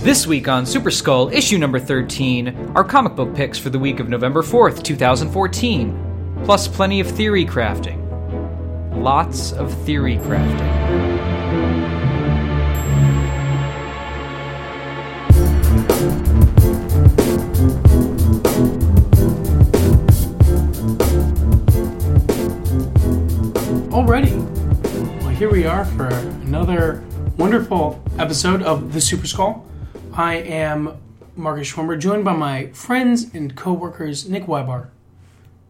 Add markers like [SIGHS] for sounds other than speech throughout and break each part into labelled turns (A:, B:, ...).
A: This week on Super Skull, issue number 13, our comic book picks for the week of November 4th, 2014, plus plenty of theory crafting. Lots of theory crafting.
B: Already. Well, here we are for another wonderful episode of The Super Skull. I am Marcus Schwimmer, joined by my friends and co-workers Nick Weibar,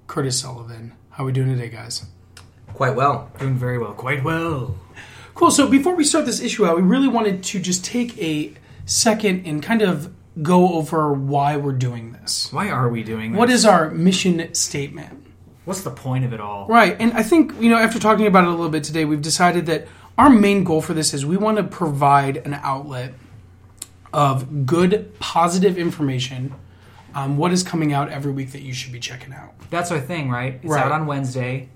B: Curtis Sullivan. How we doing today, guys?
C: Quite well. Doing very well. Quite well.
B: Cool. So before we start this issue out, we really wanted to just take a second and kind of go over why we're doing this.
C: Why are we doing this?
B: What is our mission statement?
C: What's the point of it all?
B: Right. And I think, you know, after talking about it a little bit today, we've decided that our main goal for this is we want to provide an outlet of good, positive information on what is coming out every week that you should be checking out.
C: That's our thing, right? It's
B: Right.
C: out on Wednesday.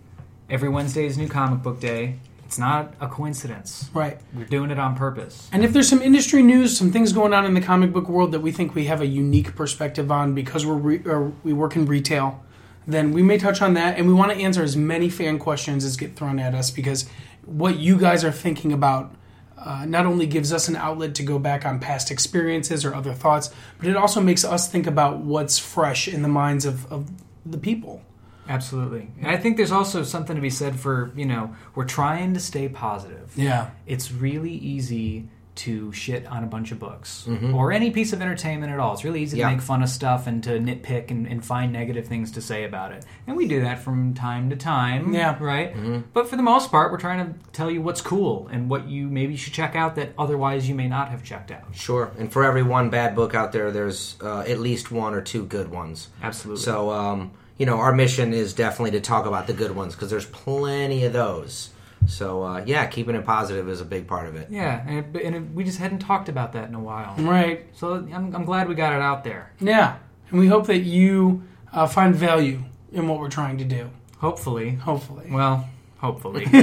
C: Every Wednesday is new comic book day. It's not a coincidence.
B: Right.
C: We're doing it on purpose.
B: And if there's some industry news, some things going on in the comic book world that we think we have a unique perspective on because we're re- or we work in retail, then we may touch on that. And we want to answer as many fan questions as get thrown at us because what you guys are thinking about uh, not only gives us an outlet to go back on past experiences or other thoughts, but it also makes us think about what's fresh in the minds of, of the people.
C: Absolutely. And I think there's also something to be said for, you know, we're trying to stay positive.
B: Yeah.
C: It's really easy to shit on a bunch of books or any piece of entertainment at all. It's really easy
A: Yeah.
C: to make fun of stuff and to nitpick and, and find negative things to say about it. And we do that from time to time.
B: Yeah.
C: Right? But for the most part, we're trying to tell you what's cool and what you maybe should check out that otherwise you may not have checked out.
D: Sure. And for every one bad book out there, there's uh, at least one or two good ones.
C: Absolutely.
D: So, um, you know, our mission is definitely to talk about the good ones because there's plenty of those. So, uh, yeah, keeping it positive is a big part of it.
C: yeah. And, it, and it, we just hadn't talked about that in a while.
B: Right.
C: So I'm, I'm glad we got it out there.
B: Yeah. And we hope that you uh, find value in what we're trying to do,
C: Hopefully.
B: hopefully.
C: Well, hopefully. [LAUGHS]
B: All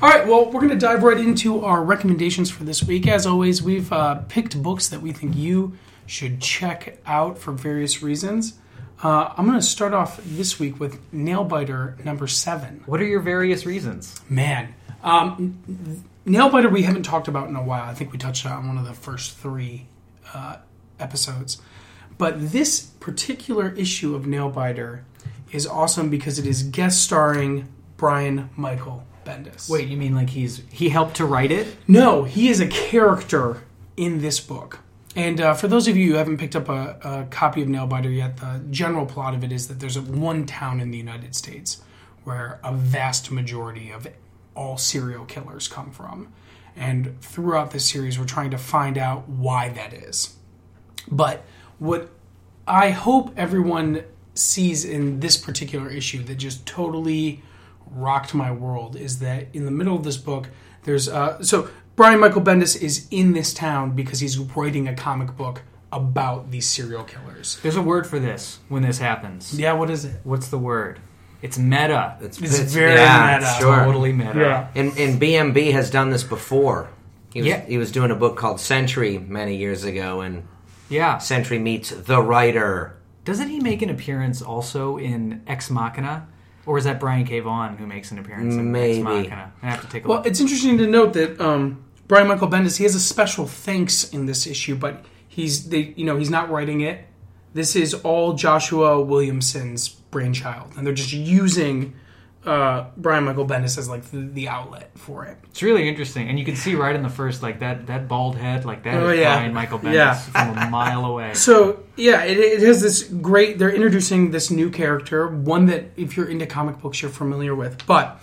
B: right, well, we're going to dive right into our recommendations for this week. As always, we've uh, picked books that we think you should check out for various reasons. Uh, I'm going to start off this week with Nailbiter number seven.
C: what are your various reasons?
B: Man, um, n- Nailbiter we haven't talked about in a while. I think we touched on one of the first three uh, episodes. But this particular issue of Nailbiter is awesome because it is guest starring Brian Michael Bendis.
C: Wait, you mean like he's he helped to write it?
B: No, he is a character in this book. And uh, for those of you who haven't picked up a, a copy of Nailbiter yet, the general plot of it is that there's a, one town in the United States where a vast majority of all serial killers come from. And throughout this series, we're trying to find out why that is. But what I hope everyone sees in this particular issue that just totally rocked my world is that in the middle of this book, there's uh, so Brian Michael Bendis is in this town because he's writing a comic book about these serial killers.
C: There's a word for this when this happens.
B: Yeah, what is it?
C: What's the word? It's meta.
B: It's very
D: yeah,
B: meta.
D: Sure.
C: totally meta.
D: And, and BMB has done this before. He was,
C: Yeah.
D: he was doing a book called Century many years ago, and
C: Yeah.
D: Century meets the writer.
C: Doesn't he make an appearance also in Ex Machina? Or is that Brian K. Vaughan who makes an appearance in Ex
D: Maybe.
C: Machina? I have to take a
B: Well,
C: look.
B: it's interesting to note that um, Brian Michael Bendis he has a special thanks in this issue, but he's they you know he's not writing it. This is all Joshua Williamson's brainchild, and they're just using uh, Brian Michael Bendis as like the, the outlet for it.
C: It's really interesting, and you can see right in the first like that that bald head like that is
B: Oh, yeah.
C: Brian Michael Bendis
B: Yeah.
C: from a mile away.
B: So yeah, it, it has this great. They're introducing this new character, one that if you're into comic books, you're familiar with. But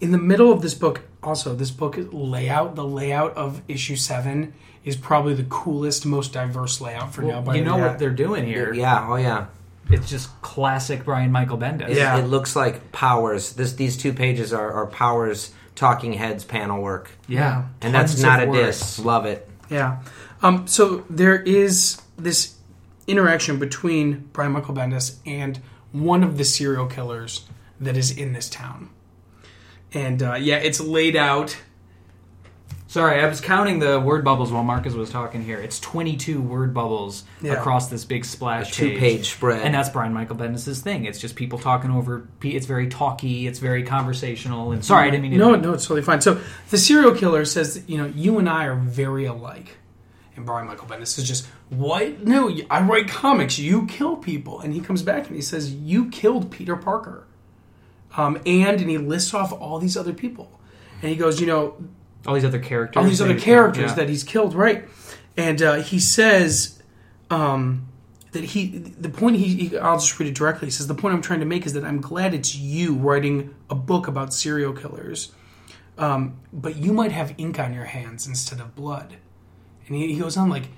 B: in the middle of this book, also this book layout, the layout of issue seven is probably the coolest, most diverse layout for now. By
C: you
B: the
C: know
B: way.
C: what they're doing here?
D: Yeah, oh yeah.
C: It's just classic Brian Michael Bendis.
D: It,
B: Yeah.
D: it looks like Powers. This These two pages are, are Powers Talking Heads panel work.
C: Yeah.
D: And that's
C: Tons
D: not
C: of
D: a
C: words.
D: diss. Love it.
B: Yeah. Um, so there is this interaction between Brian Michael Bendis and one of the serial killers that is in this town. And uh, yeah, it's laid out
C: Sorry, I was counting the word bubbles while Marcus was talking here. It's 22 word bubbles
B: Yeah.
C: across this big splash
D: A two-page spread.
C: And that's Brian Michael Bendis' thing. It's just people talking over pe- it's very talky, it's very conversational. And sorry, I didn't mean to
B: No, no, it's totally fine. So the serial killer says, that, you know, you and I are very alike. And Brian Michael Bendis is just, what? No, I write comics. You kill people. And he comes back and he says, you killed Peter Parker. Um, and, and he lists off all these other people. And he goes, you know,
C: all these other characters.
B: all these other
C: that-
B: characters
C: yeah.
B: that he's killed, right? And uh, he says um, that he the point he, he I'll just read it directly. He says the point I'm trying to make is that I'm glad it's you writing a book about serial killers, um, but you might have ink on your hands instead of blood. And he, he goes on like,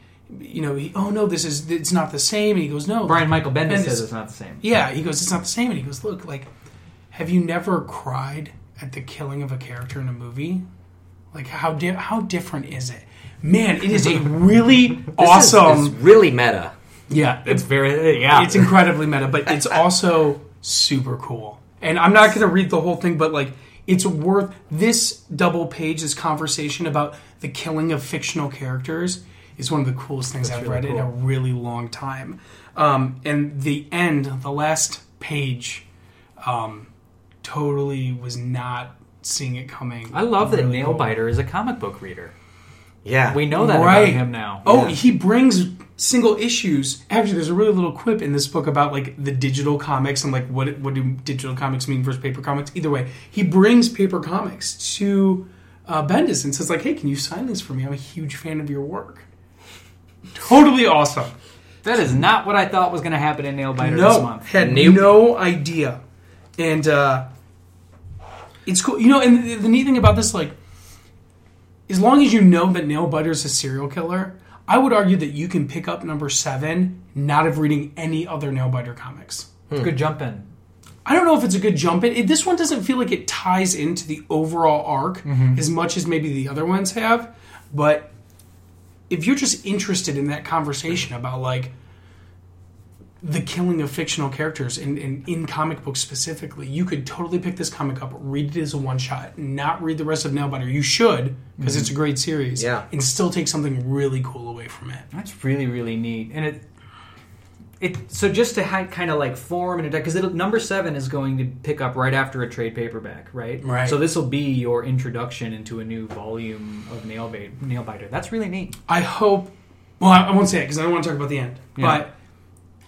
B: you know, he, oh no, this is it's not the same. And he goes, no,
C: Brian Michael Bendis,
B: Bendis-
C: says it's not the same.
B: yeah, he goes, it's not the same. And he goes, look, like, have you never cried at the killing of a character in a movie? Like, how di- how different is it? Man, it is a really
D: [LAUGHS] This is-
B: awesome.
D: It's really meta.
B: yeah, it's,
C: It's very yeah.
B: it's incredibly meta,
C: [LAUGHS]
B: but it's also super cool. And I'm not going to read the whole thing, but like, it's worth this double page, this conversation about the killing of fictional characters is one of the coolest things I've read in a really long time. Um, and the end, the last page, um, totally was not seeing it coming.
C: I love that
B: Really cool.
C: Nailbiter is a comic book reader.
D: Yeah.
C: We know that
B: Right.
C: about him now.
B: Oh,
D: Yeah.
B: he brings single issues. Actually, there's a really little quip in this book about like the digital comics and like what what do digital comics mean versus paper comics. Either way, he brings paper comics to uh, Bendis and says like, "Hey, can you sign these for me? I'm a huge fan of your work." Totally awesome.
C: That is not what I thought was going to happen in Nailbiter this
B: No,
C: month.
B: had
D: Nope.
B: no idea, and uh, it's cool. You know, and the, the neat thing about this, like, as long as you know that Nail Biter is a serial killer, I would argue that you can pick up number seven not of reading any other Nail Biter comics.
C: It's a good jump in.
B: I don't know if it's a good jump in. It, this one doesn't feel like it ties into the overall arc as much as maybe the other ones have. But if you're just interested in that conversation about like the killing of fictional characters and, and in comic books specifically, you could totally pick this comic up, read it as a one shot, not read the rest of Nailbiter. You should because it's a great series.
D: Yeah.
B: and still take something really cool away from it.
C: That's really really neat, and it it so just to ha- kind of like form and because number seven is going to pick up right after a trade paperback, right?
B: Right.
C: So this will be your introduction into a new volume of Nailbiter. Nailbiter. That's really neat.
B: I hope. Well, I, I won't say it because I don't want to talk about the end.
C: Yeah.
B: But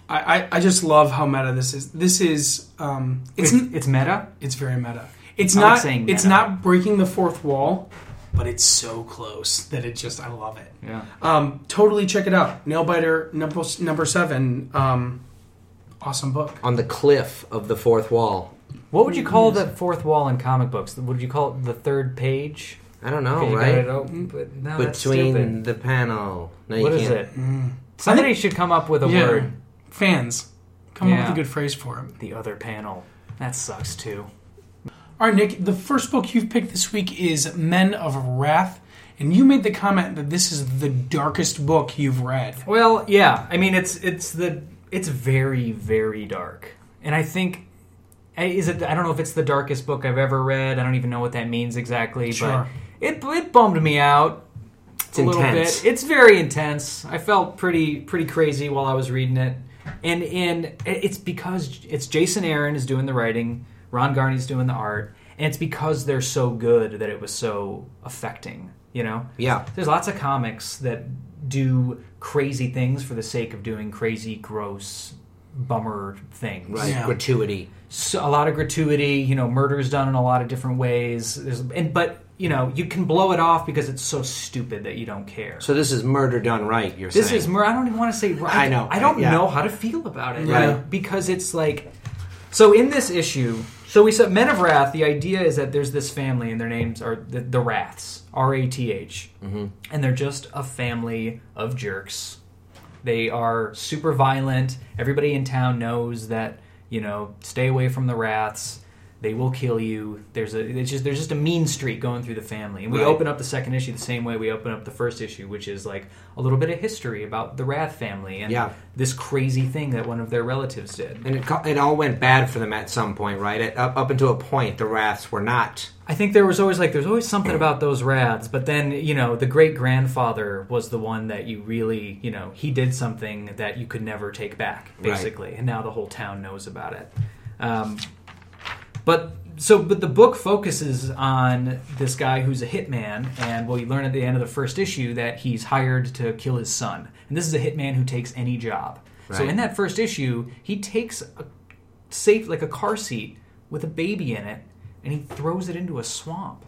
B: I, I, I just love how meta this is. This is um, it's
C: It's
B: n-
C: it's meta.
B: it's very meta. It's
C: I like
B: not
C: saying
B: it's
C: meta.
B: not breaking the fourth wall, but it's so close that it just I love it.
C: Yeah.
B: Um, totally check it out. Nailbiter number number seven. Um, awesome book.
D: On the cliff of the fourth wall.
C: What would you call the fourth wall in comic books? Would you call it the third page?
D: I don't know,
C: You got
D: Oh, right?
C: it open, but no, that's stupid.
D: Between the panel. No,
C: What
D: you
C: is
D: can't.
C: it? Somebody should come up with a
B: Mm. Yeah.
C: word.
B: Fans, come up
C: Yeah.
B: with a good phrase for it.
C: The other panel. That sucks too.
B: All right, Nick, the first book you've picked this week is Men of Wrath, and you made the comment that this is the darkest book you've read.
C: Well, yeah. I mean, it's it's the it's very very dark, and I think I- is it. I don't know if it's the darkest book I've ever read. I don't even know what that means exactly,
B: Sure.
C: but it it bummed me out.
D: It's
C: a little
D: intense.
C: bit. It's very intense. I felt pretty pretty crazy while I was reading it, and and it's because it's Jason Aaron is doing the writing, Ron Garney's doing the art, and it's because they're so good that it was so affecting. You know,
D: Yeah.
C: there's lots of comics that do crazy things for the sake of doing crazy, gross, bummer things.
D: Right.
B: Yeah.
D: Gratuity.
C: So a lot of gratuity, you know, murder is done in a lot of different ways. There's, and but you know, you can blow it off because it's so stupid that you don't care.
D: So this is murder done right, you're
C: This
D: saying.
C: is mur- I don't even want to say. I,
D: I know,
C: I don't
D: yeah.
C: know how to feel about it
D: Right.
C: uh, because it's like. So in this issue, so we said Men of Wrath. The idea is that there's this family, and their names are the, the Wraths, R A T H,
D: Mm-hmm.
C: and they're just a family of jerks. They are super violent. Everybody in town knows that you know. Stay away from the Wraths. They will kill you. There's a it's just there's just a mean streak going through the family. And we
D: Right.
C: open up the second issue the same way we open up the first issue, which is like a little bit of history about the Rath family and
D: Yeah.
C: this crazy thing that one of their relatives did.
D: And it, co- it all went bad for them at some point, right? At, up, up until a point, the Wraths were not.
C: I think there was always like there's always something about those rads, but then you know the great grandfather was the one that you really you know he did something that you could never take back basically, and now the whole town knows about it. Um, but so but the book focuses on this guy who's a hitman, and well you learn at the end of the first issue that he's hired to kill his son, and this is a hitman who takes any job. So
D: Right.
C: in that first issue, he takes a safe like a car seat with a baby in it, and he throws it into a swamp.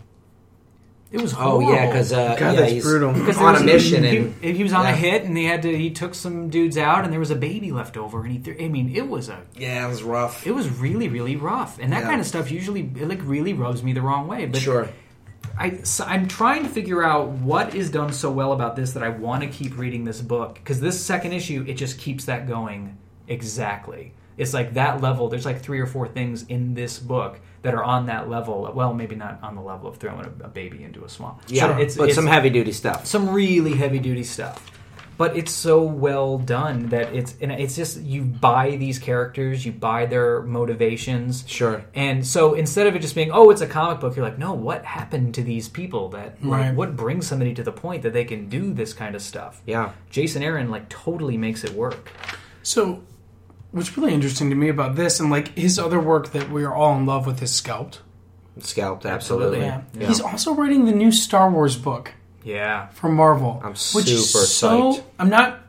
C: It was
D: Oh,
C: horrible.
D: yeah, because uh,
E: God,
D: yeah,
E: that's
D: he's
E: brutal.
C: 'Cause there
D: on
C: was-
D: a mission.
C: he-
D: And
C: he, was on a
D: yeah.
C: hit, and they had to. He took some dudes out, and there was a baby left over, and he. Threw, I mean, it was a.
D: yeah, it was rough.
C: It was really, really rough, and that
D: Yeah.
C: kind of stuff usually it like really rubs me the wrong way. But
D: sure.
C: I, so I'm trying to figure out what is done so well about this that I want to keep reading this book because this second issue it just keeps that going exactly. It's like that level. There's like three or four things in this book that are on that level. Well, maybe not on the level of throwing a, a baby into a swamp.
D: Yeah,
C: it's,
D: but
C: it's
D: some
C: some
D: heavy duty stuff.
C: some really heavy duty stuff. But it's so well done that it's and it's just you buy these characters, you buy their motivations.
D: Sure.
C: And so instead of it just being, oh, it's a comic book, you're like, no, what happened to these people that, like,
B: Right.
C: what brings somebody to the point that they can do this kind of stuff?
D: Yeah.
C: Jason Aaron, like, totally makes it work.
B: So, what's really interesting to me about this and like his other work that we are all in love with is Scalped.
D: Scalped, absolutely.
B: Yeah.
D: Yeah.
B: He's also writing the new Star Wars book
C: Yeah.
B: for Marvel.
D: I'm
B: which is
D: super
B: so,
D: psyched.
B: I'm not.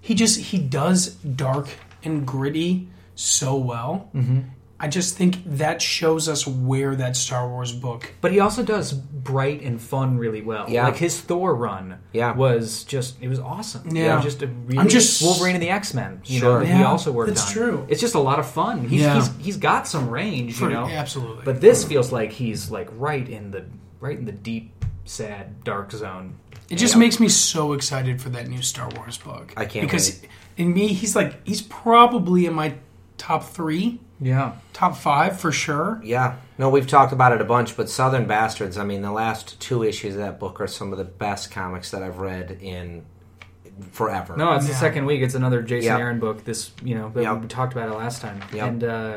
B: He just he does dark and gritty so well. Mm-hmm. I just think that shows us where that Star Wars book.
C: But he also does bright and fun really well.
D: Yeah.
C: Like, his Thor run
D: Yeah.
C: was just, it was awesome.
B: Yeah.
C: It was just a really,
B: I'm just-
C: Wolverine and the X Men, you
D: Sure.
C: know, that he
B: Yeah,
C: also worked
B: that's
C: on.
B: true.
C: It's just a lot of fun. He's,
B: Yeah.
C: he's, he's got some range, you know?
B: absolutely.
C: But this feels like he's, like, right in the, right in the deep, sad, dark zone.
B: It just makes me so excited for that new Star Wars book.
D: I can't
B: because in me, he's like he's probably in my top three,
C: Yeah.
B: top five for sure.
D: Yeah. No, we've talked about it a bunch, but Southern Bastards, I mean, the last two issues of that book are some of the best comics that I've read in forever.
C: No, it's the
B: Yeah.
C: second week. It's another Jason
D: Yep.
C: Aaron book. This, you know, that
D: Yep.
C: we talked about it last time,
D: Yep.
C: and uh,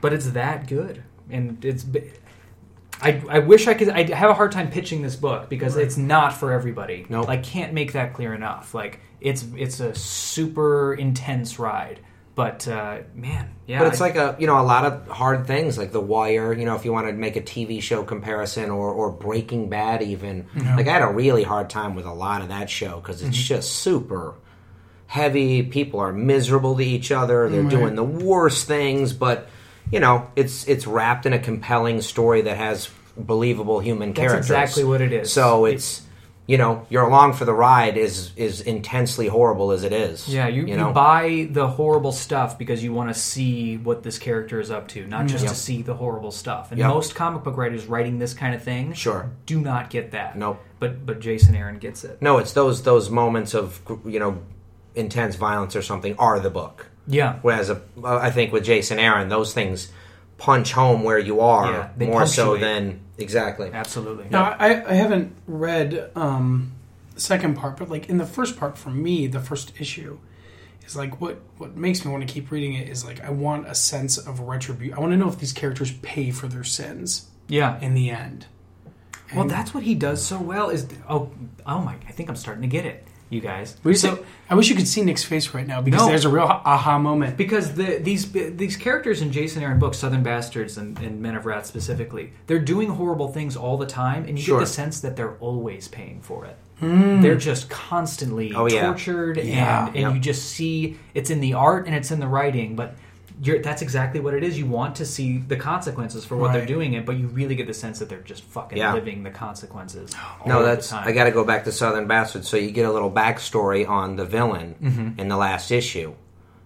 C: but it's that good, and it's. b- I, I wish I could. I have a hard time pitching this book because it's not for everybody.
D: Nope.
C: I can't make that clear enough. Like it's it's a super intense ride, but uh, man, yeah,
D: But it's
C: I-
D: like a you know a lot of hard things like The Wire. You know, if you want to make a TV show comparison or or Breaking Bad, even like I had a really hard time with a lot of that show because it's
C: Mm-hmm.
D: just super heavy. People are miserable to each other. They're doing the worst things, but you know it's it's wrapped in a compelling story that has believable human
C: that's
D: characters.
C: exactly what it is.
D: So it's you know you're along for the ride is is intensely horrible as it is.
C: Yeah, you, you,
D: know
C: buy the horrible stuff because you want to see what this character is up to, not just to see the horrible stuff. And
D: Mm, Yep.
C: most comic book writers writing this kind of thing
D: sure.
C: do not get that.
D: Nope.
C: But but Jason Aaron gets it.
D: No, it's those those moments of you know intense violence or something are the book.
C: Yeah.
D: Whereas a, uh, I think with Jason Aaron, those things punch home where you are
C: Yeah, they
D: more so
C: punctuate.
D: than exactly.
C: Absolutely.
B: Now I, I haven't read um, the second part, but like in the first part for me, the first issue is like what what makes me want to keep reading it is like I want a sense of retribution. I want to know if these characters pay for their sins
C: Yeah.
B: in the end.
C: Well, that's what he does so well is oh oh my I think I'm starting to get it, you guys.
B: We used to-
C: So-
B: I wish you could see Nick's face right now because
C: No.
B: there's a real aha moment.
C: because the, these these characters in Jason Aaron books, Southern Bastards and, and Men of Wrath specifically, they're doing horrible things all the time, and you
D: Sure. Hmm.
C: get the sense that they're always paying for it. They're just constantly
D: Oh, yeah.
C: tortured,
B: Yeah.
C: and, and you just see it's in the art and it's in the writing, but. You're, that's exactly what it is. You want to see the consequences for what they're
B: Right.
C: doing, it, but you really get the sense that they're just fucking
D: Yeah.
C: living the consequences. all
D: No,
C: of the
D: that's
C: time.
D: I got to go back to Southern Bastards. So you get a little backstory on the villain
C: Mm-hmm.
D: in the last issue,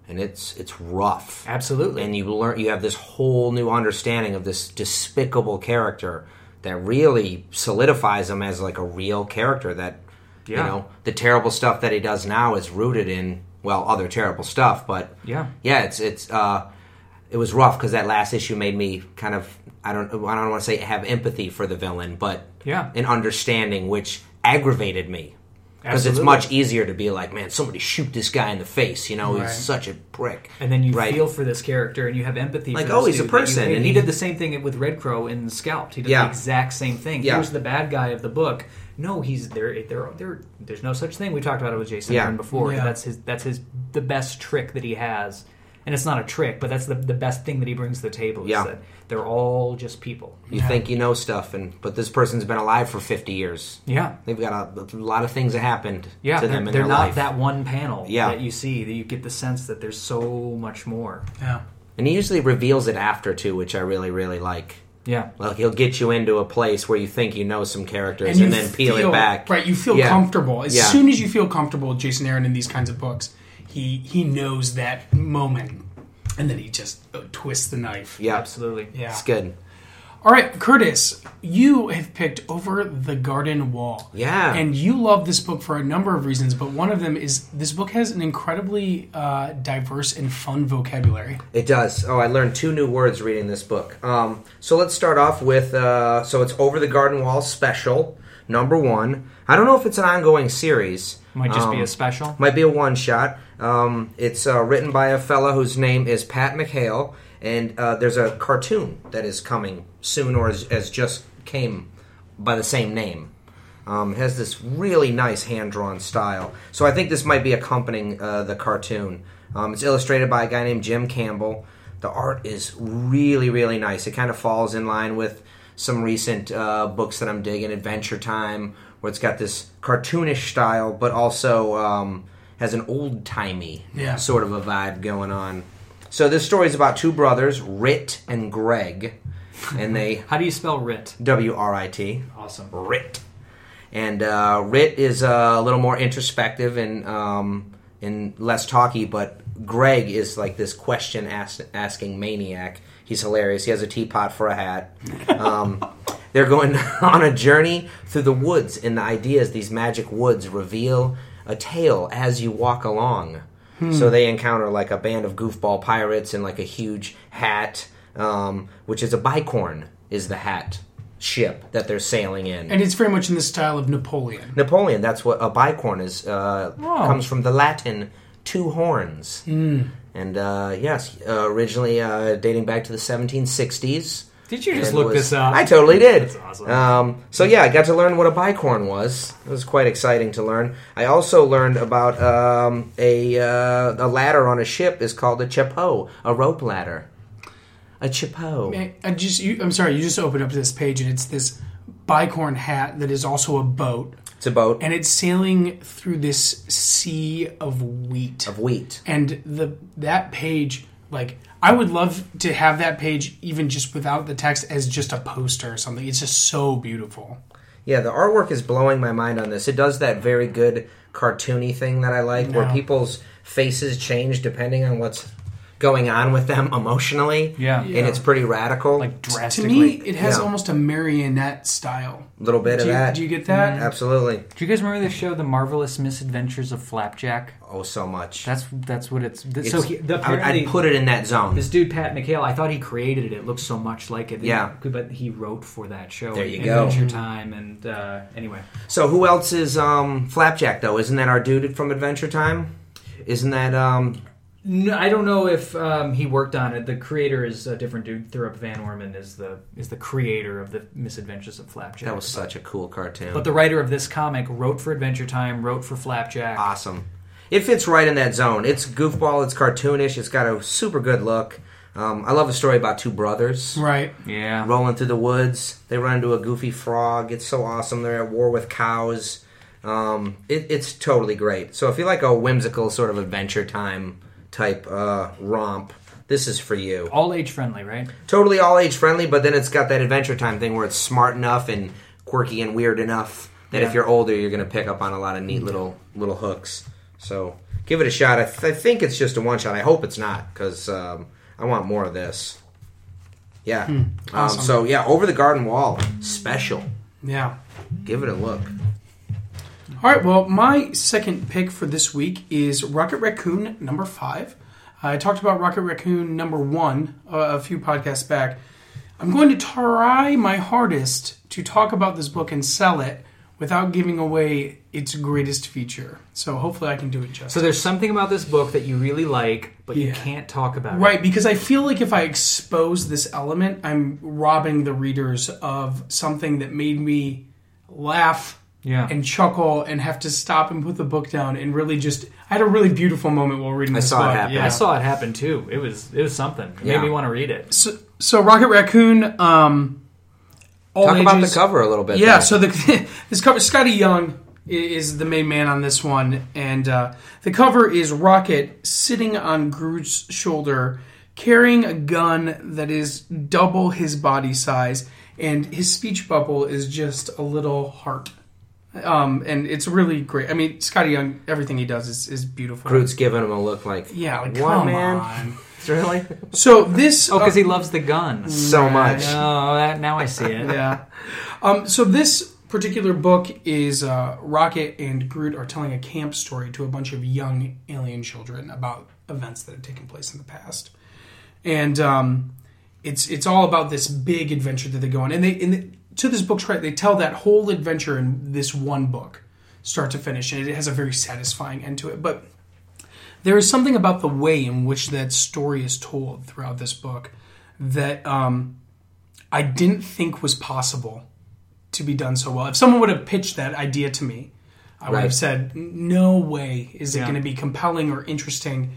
D: and it's it's rough.
C: absolutely.
D: and you learn you have this whole new understanding of this despicable character that really solidifies him as like a real character that you
C: Yeah.
D: know the terrible stuff that he does now is rooted in well other terrible stuff but
C: Yeah.
D: yeah it's it's uh it was rough because that last issue made me kind of I don't I don't want to say have empathy for the villain, but
C: Yeah.
D: an understanding which aggravated me because it's
C: Absolutely.
D: much easier to be like, man, somebody shoot this guy in the face. You know,
B: Right.
D: he's such a prick.
C: and then you
D: Right.
C: feel for this character and you have empathy
D: Like,
C: for
D: oh,
C: this
D: he's a
C: dude that you
D: person,
C: hate.
D: and
C: he
D: he-
C: did the same thing with red crow in scalped he did
D: Yeah.
C: the exact same thing
D: Yeah.
C: here's the bad guy of the book no he's there there there there's no such thing we talked about it with jason
D: Yeah.
C: Aaron before
B: Yeah.
C: that's his that's his the best trick that he has and it's not a trick but that's the, the best thing that he brings to the table is
D: Yeah.
C: that they're all just people
D: You think you know stuff, and but this person's been alive for fifty years.
C: yeah
D: They've got a, a lot of things that happened
C: yeah
D: to
C: they're,
D: them in
C: they're
D: their
C: not
D: life.
C: that one panel
D: Yeah.
C: that you see that you get the sense that there's so much more
B: Yeah.
D: and he usually reveals it after too, which I really really like.
C: yeah
D: Like he'll get you into a place where you think you know some characters, and,
B: you
D: then peel
B: feel-
D: it back.
B: Right, you feel
D: Yeah.
B: comfortable. As
D: Yeah.
B: soon as you feel comfortable with Jason Aaron in these kinds of books, he he knows that moment, and then he just uh, twists the knife.
D: Yeah,
C: absolutely
B: Yeah.
D: It's good.
B: All right, Curtis, you have picked Over the Garden Wall.
D: Yeah.
B: And you love this book for a number of reasons, but one of them is this book has an incredibly uh, diverse and fun vocabulary.
D: It does. Oh, I learned two new words reading this book. Um, so let's start off with uh, so it's Over the Garden Wall special number one. I don't know if it's an ongoing series.
C: might just be
D: Um,
C: a special
D: Might be a one shot. Um, it's uh, written by a fella whose name is Pat McHale, and uh, there's a cartoon that is coming soon, or as, as just came by the same name. Um, it has this really nice hand drawn style. So I think this might be accompanying uh, the cartoon. Um, it's illustrated by a guy named Jim Campbell. The art is really, really nice. It kind of falls in line with some recent uh, books that I'm digging, Adventure Time, where it's got this cartoonish style, but also um, has an old timey
B: Yeah.
D: sort of a vibe going on. So this story is about two brothers, Rit and Greg, and they
C: how do you spell writ
D: W R I T.
C: awesome
D: Rit. And uh, Rit is uh, a little more introspective and um, and less talky, but Greg is like this question ask- asking maniac. He's hilarious. He has a teapot for a hat. Um, they're going [LAUGHS] on a journey through the woods, and the idea is these magic woods reveal a tale as you walk along. So they encounter like a band of goofball pirates in like a huge hat, um, which is a bicorn, is the hat ship that they're sailing in.
B: And it's very much in the style of Napoleon.
D: Napoleon. That's what a bicorn is. Uh, Comes from the Latin two horns.
C: Hmm.
D: Mm. And uh, yes, uh, originally uh, dating back to the 1760s.
C: Did you
D: And
C: just look
D: was-
C: this up?
D: I totally did.
C: That's awesome.
D: Um, so yeah, I got to learn what a bicorn was. It was quite exciting to learn. I also learned about um, a uh, a ladder on a ship is called a chapeau, a rope ladder. A chapeau.
B: I, I just, you, I'm sorry, you just opened up this page, and it's this bicorn hat that is also a boat,
D: It's a boat
B: and it's sailing through this sea of wheat.
D: of wheat.
B: and the that page like i would love to have that page even just without the text as just a poster or something it's just so beautiful
D: Yeah, the artwork is blowing my mind on this. It does that very good cartoony thing that I like, where
B: No.
D: people's faces change depending on what's going on with them emotionally.
C: Yeah.
D: and it's pretty radical.
C: like
B: to
C: drastically.
B: me it has
D: Yeah.
B: almost a marionette style
D: a little bit
B: do
D: of
B: you,
D: that. Mm-hmm.
B: do you get that
D: Absolutely.
C: do you guys remember the show, The Marvelous Misadventures of Flapjack?
D: Oh, so much.
C: That's that's what it's. th-
D: It's-
C: so he, the,
D: I would-
C: apparently,
D: I'd put it in that zone.
C: this dude Pat McHale. I thought he created it. It looks so much like it.
D: Yeah.
C: but he wrote for that show.
D: There you go.
C: Adventure Time, and uh, anyway,
D: So who else is um, Flapjack though? Isn't that our dude from Adventure Time? Isn't that um,
C: no, I don't know if um, he worked on it. The creator is a different dude. Thurup Van Orman is the is the creator of the Misadventures of Flapjack.
D: that was such a cool cartoon?
C: But the writer of this comic wrote for Adventure Time, wrote for Flapjack.
D: awesome. It fits right in that zone. It's goofball. It's cartoonish. It's got a super good look. Um, I love a story about two brothers
B: right
C: yeah,
D: rolling through the woods. They run into a goofy frog. It's so awesome. They're at war with cows. Um, it, it's totally great. So if you like a whimsical sort of Adventure Time type uh, romp, this is for you.
C: all age friendly, right?
D: totally all age friendly, but then it's got that adventure time thing where it's smart enough and quirky and weird enough that if you're older, you're going to pick up on a lot of neat little little hooks. So give it a shot. I, th- I think it's just a one shot. I hope it's not because um, I want more of this. Yeah.
B: Hmm. awesome.
D: Um, so yeah, over the garden wall special.
B: yeah
D: Give it a look.
B: all right well my second pick for this week is rocket raccoon number five I talked about Rocket Raccoon number one uh, a few podcasts back. I'm going to try my hardest to talk about this book and sell it without giving away its greatest feature. So hopefully I can do it justice.
C: So there's something about this book that you really like, but you
B: Yeah.
C: can't talk about it.
B: Right, because I feel like if I expose this element, I'm robbing the readers of something that made me laugh
C: Yeah.
B: and chuckle and have to stop and put the book down and really just. I had a really beautiful moment while reading
D: I
B: this
D: saw it
B: book.
D: happen.
C: Yeah, I saw it happen too. It was it was something. It
D: Yeah.
C: made me want to read it.
B: So, so Rocket Raccoon, um, all
D: Talk about the
B: ages-
D: cover a little bit.
B: Yeah,
D: though.
B: so the [LAUGHS] this cover Scotty Young i- is the main man on this one, and uh, the cover is Rocket sitting on Groot's shoulder, carrying a gun that is double his body size, and his speech bubble is just a little heart. Um, and it's really great. I mean, Scotty Young, everything he does is, is beautiful.
D: Groot's giving him a look like,
B: yeah, like,
D: What,
B: come
D: man?
B: on.
D: really?
B: So this,
C: Oh, because he loves the gun.
D: so much.
C: Oh, that, now I see [LAUGHS] it.
B: yeah. [LAUGHS] Um, so this particular book is uh, Rocket and Groot are telling a camp story to a bunch of young alien children about events that have taken place in the past, and um, it's it's all about this big adventure that they go on. And they and they- to this book's right, they tell that whole adventure in this one book, start to finish, and it has a very satisfying end to it. But there is something about the way in which that story is told throughout this book that um, I didn't think was possible to be done so well. If someone would have pitched that idea to me, I would
D: Right.
B: have said, "No way is it
C: Yeah.
B: going to be compelling or interesting."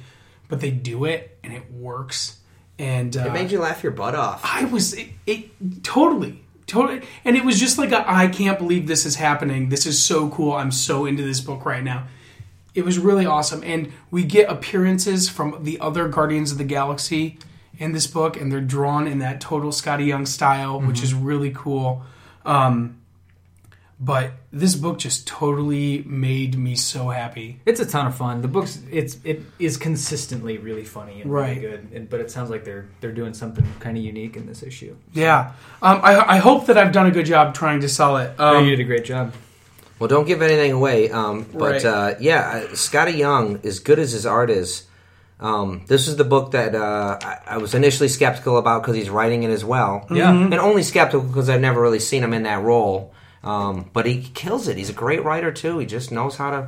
B: But they do it, and it works. And uh,
D: It made you laugh your butt off.
B: I was it, it totally, totally, and it was just like I I can't believe this is happening. This is so cool. I'm so into this book right now. It was really awesome, and we get appearances from the other Guardians of the Galaxy in this book, and they're drawn in that total Scotty Young style, which is really cool. Um, but this book just totally made me so happy.
C: It's a ton of fun. The books it's it is consistently really funny and
B: Right.
C: really good. And, but it sounds like they're they're doing something kind of unique in this issue.
B: Yeah, um, I, I hope that I've done a good job trying to sell it.
C: Oh,
B: Um,
C: you did a great job.
D: Well, don't give anything away. Um, but
B: Right.
D: uh, yeah, uh, Scotty Young, as good as his art is, um, this is the book that uh, I, I was initially skeptical about because he's writing it as well.
C: Yeah. Mhm.
D: and only skeptical because I've never really seen him in that role. Um, but he kills it. He's a great writer too. He just knows how to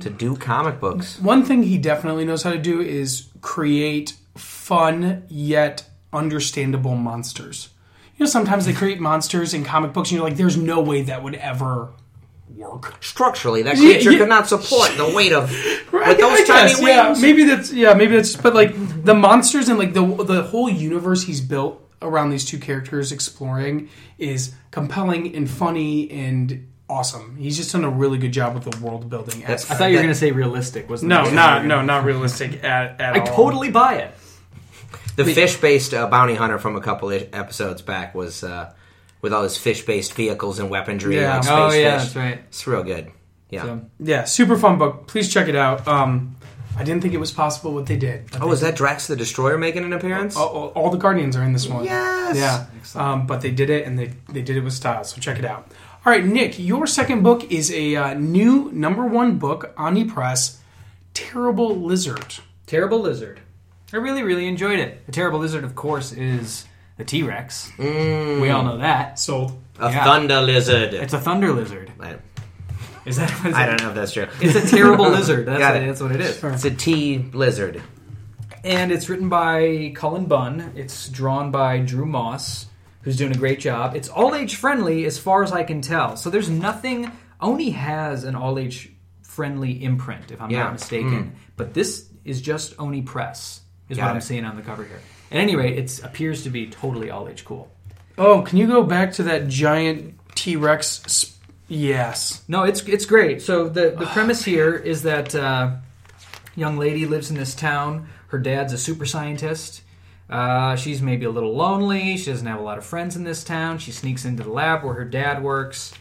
D: to do comic books.
B: One thing he definitely knows how to do is create fun yet understandable monsters. You know, sometimes they create monsters in comic books, and you're like, "There's no way that would ever [LAUGHS] work."
D: Structurally, that creature
B: yeah.
D: could not support the weight
B: [LAUGHS]
D: of with
B: I- I
D: those tiny
B: guess, yeah,
D: wings.
B: maybe that's yeah, maybe that's. But like the monsters and like the the whole universe he's built around these two characters exploring is compelling and funny and awesome. He's just done a really good job with the world building.
D: That's-
C: I thought you were going to say realistic. Was the
B: no,
C: next
B: not
C: word.
B: no, not realistic at, at
C: I
B: all.
C: totally buy it.
D: The fish-based uh, bounty hunter from a couple i- episodes back was uh, with all his fish-based vehicles and weaponry.
B: Yeah.
D: Like space
C: Oh yeah,
D: fish.
C: that's right.
D: It's real good. Yeah.
C: So-
B: Yeah, super fun book. Please check it out. Um, I didn't think it was possible what they did.
D: Oh, is that Drax the Destroyer making an appearance?
C: Oh,
B: all, all- all the Guardians are in this one.
D: Yes!
B: Yeah. Um, but they did it, and they they did it with style. So check it out. All right, Nick, your second book is a uh, new number one book, Omni Press, Terrible Lizard.
C: Terrible Lizard. I really, really enjoyed it. The Terrible Lizard, of course, is the T Rex.
D: Mm.
C: We all know that.
B: Sold.
D: a
C: oh, yeah.
D: thunder lizard.
C: It's a Thunder Lizard.
D: I,
C: Is that what is
D: I
C: it?
D: don't know if that's true.
C: It's a
D: [LAUGHS]
C: Terrible Lizard. That's,
D: Got
C: what,
D: it.
C: that's what it is.
D: It's a T lizard.
C: And it's written by Cullen Bunn. It's drawn by Drew Moss, who's doing a great job. It's all age friendly as far as I can tell. So there's nothing. Oni has an all age friendly imprint, if I'm
D: Yeah. Hmm.
C: not mistaken. But this is just Oni Press, is
D: Got
C: what I'm
D: it.
C: seeing on the cover here. At any rate, it appears to be totally all age cool.
B: Oh, can you go back to that giant T Rex? Sp- yes.
C: No, it's it's great. So the the premise here is that uh, young lady lives in this town. Her dad's a super scientist. Uh, she's maybe a little lonely. She doesn't have a lot of friends in this town. She sneaks into the lab where her dad works,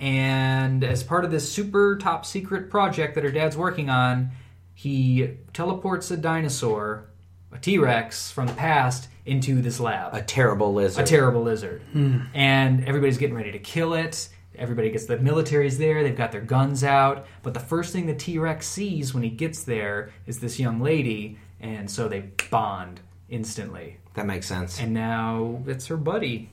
C: and as part of this super top secret project that her dad's working on, he teleports a dinosaur, a T Rex from the past, into this lab
D: A terrible lizard.
C: a terrible lizard. And everybody's getting ready to kill it. Everybody gets the military's there. They've got their guns out. But the first thing the T Rex sees when he gets there is this young lady, and so they bond instantly.
D: That makes sense.
C: And now it's her buddy.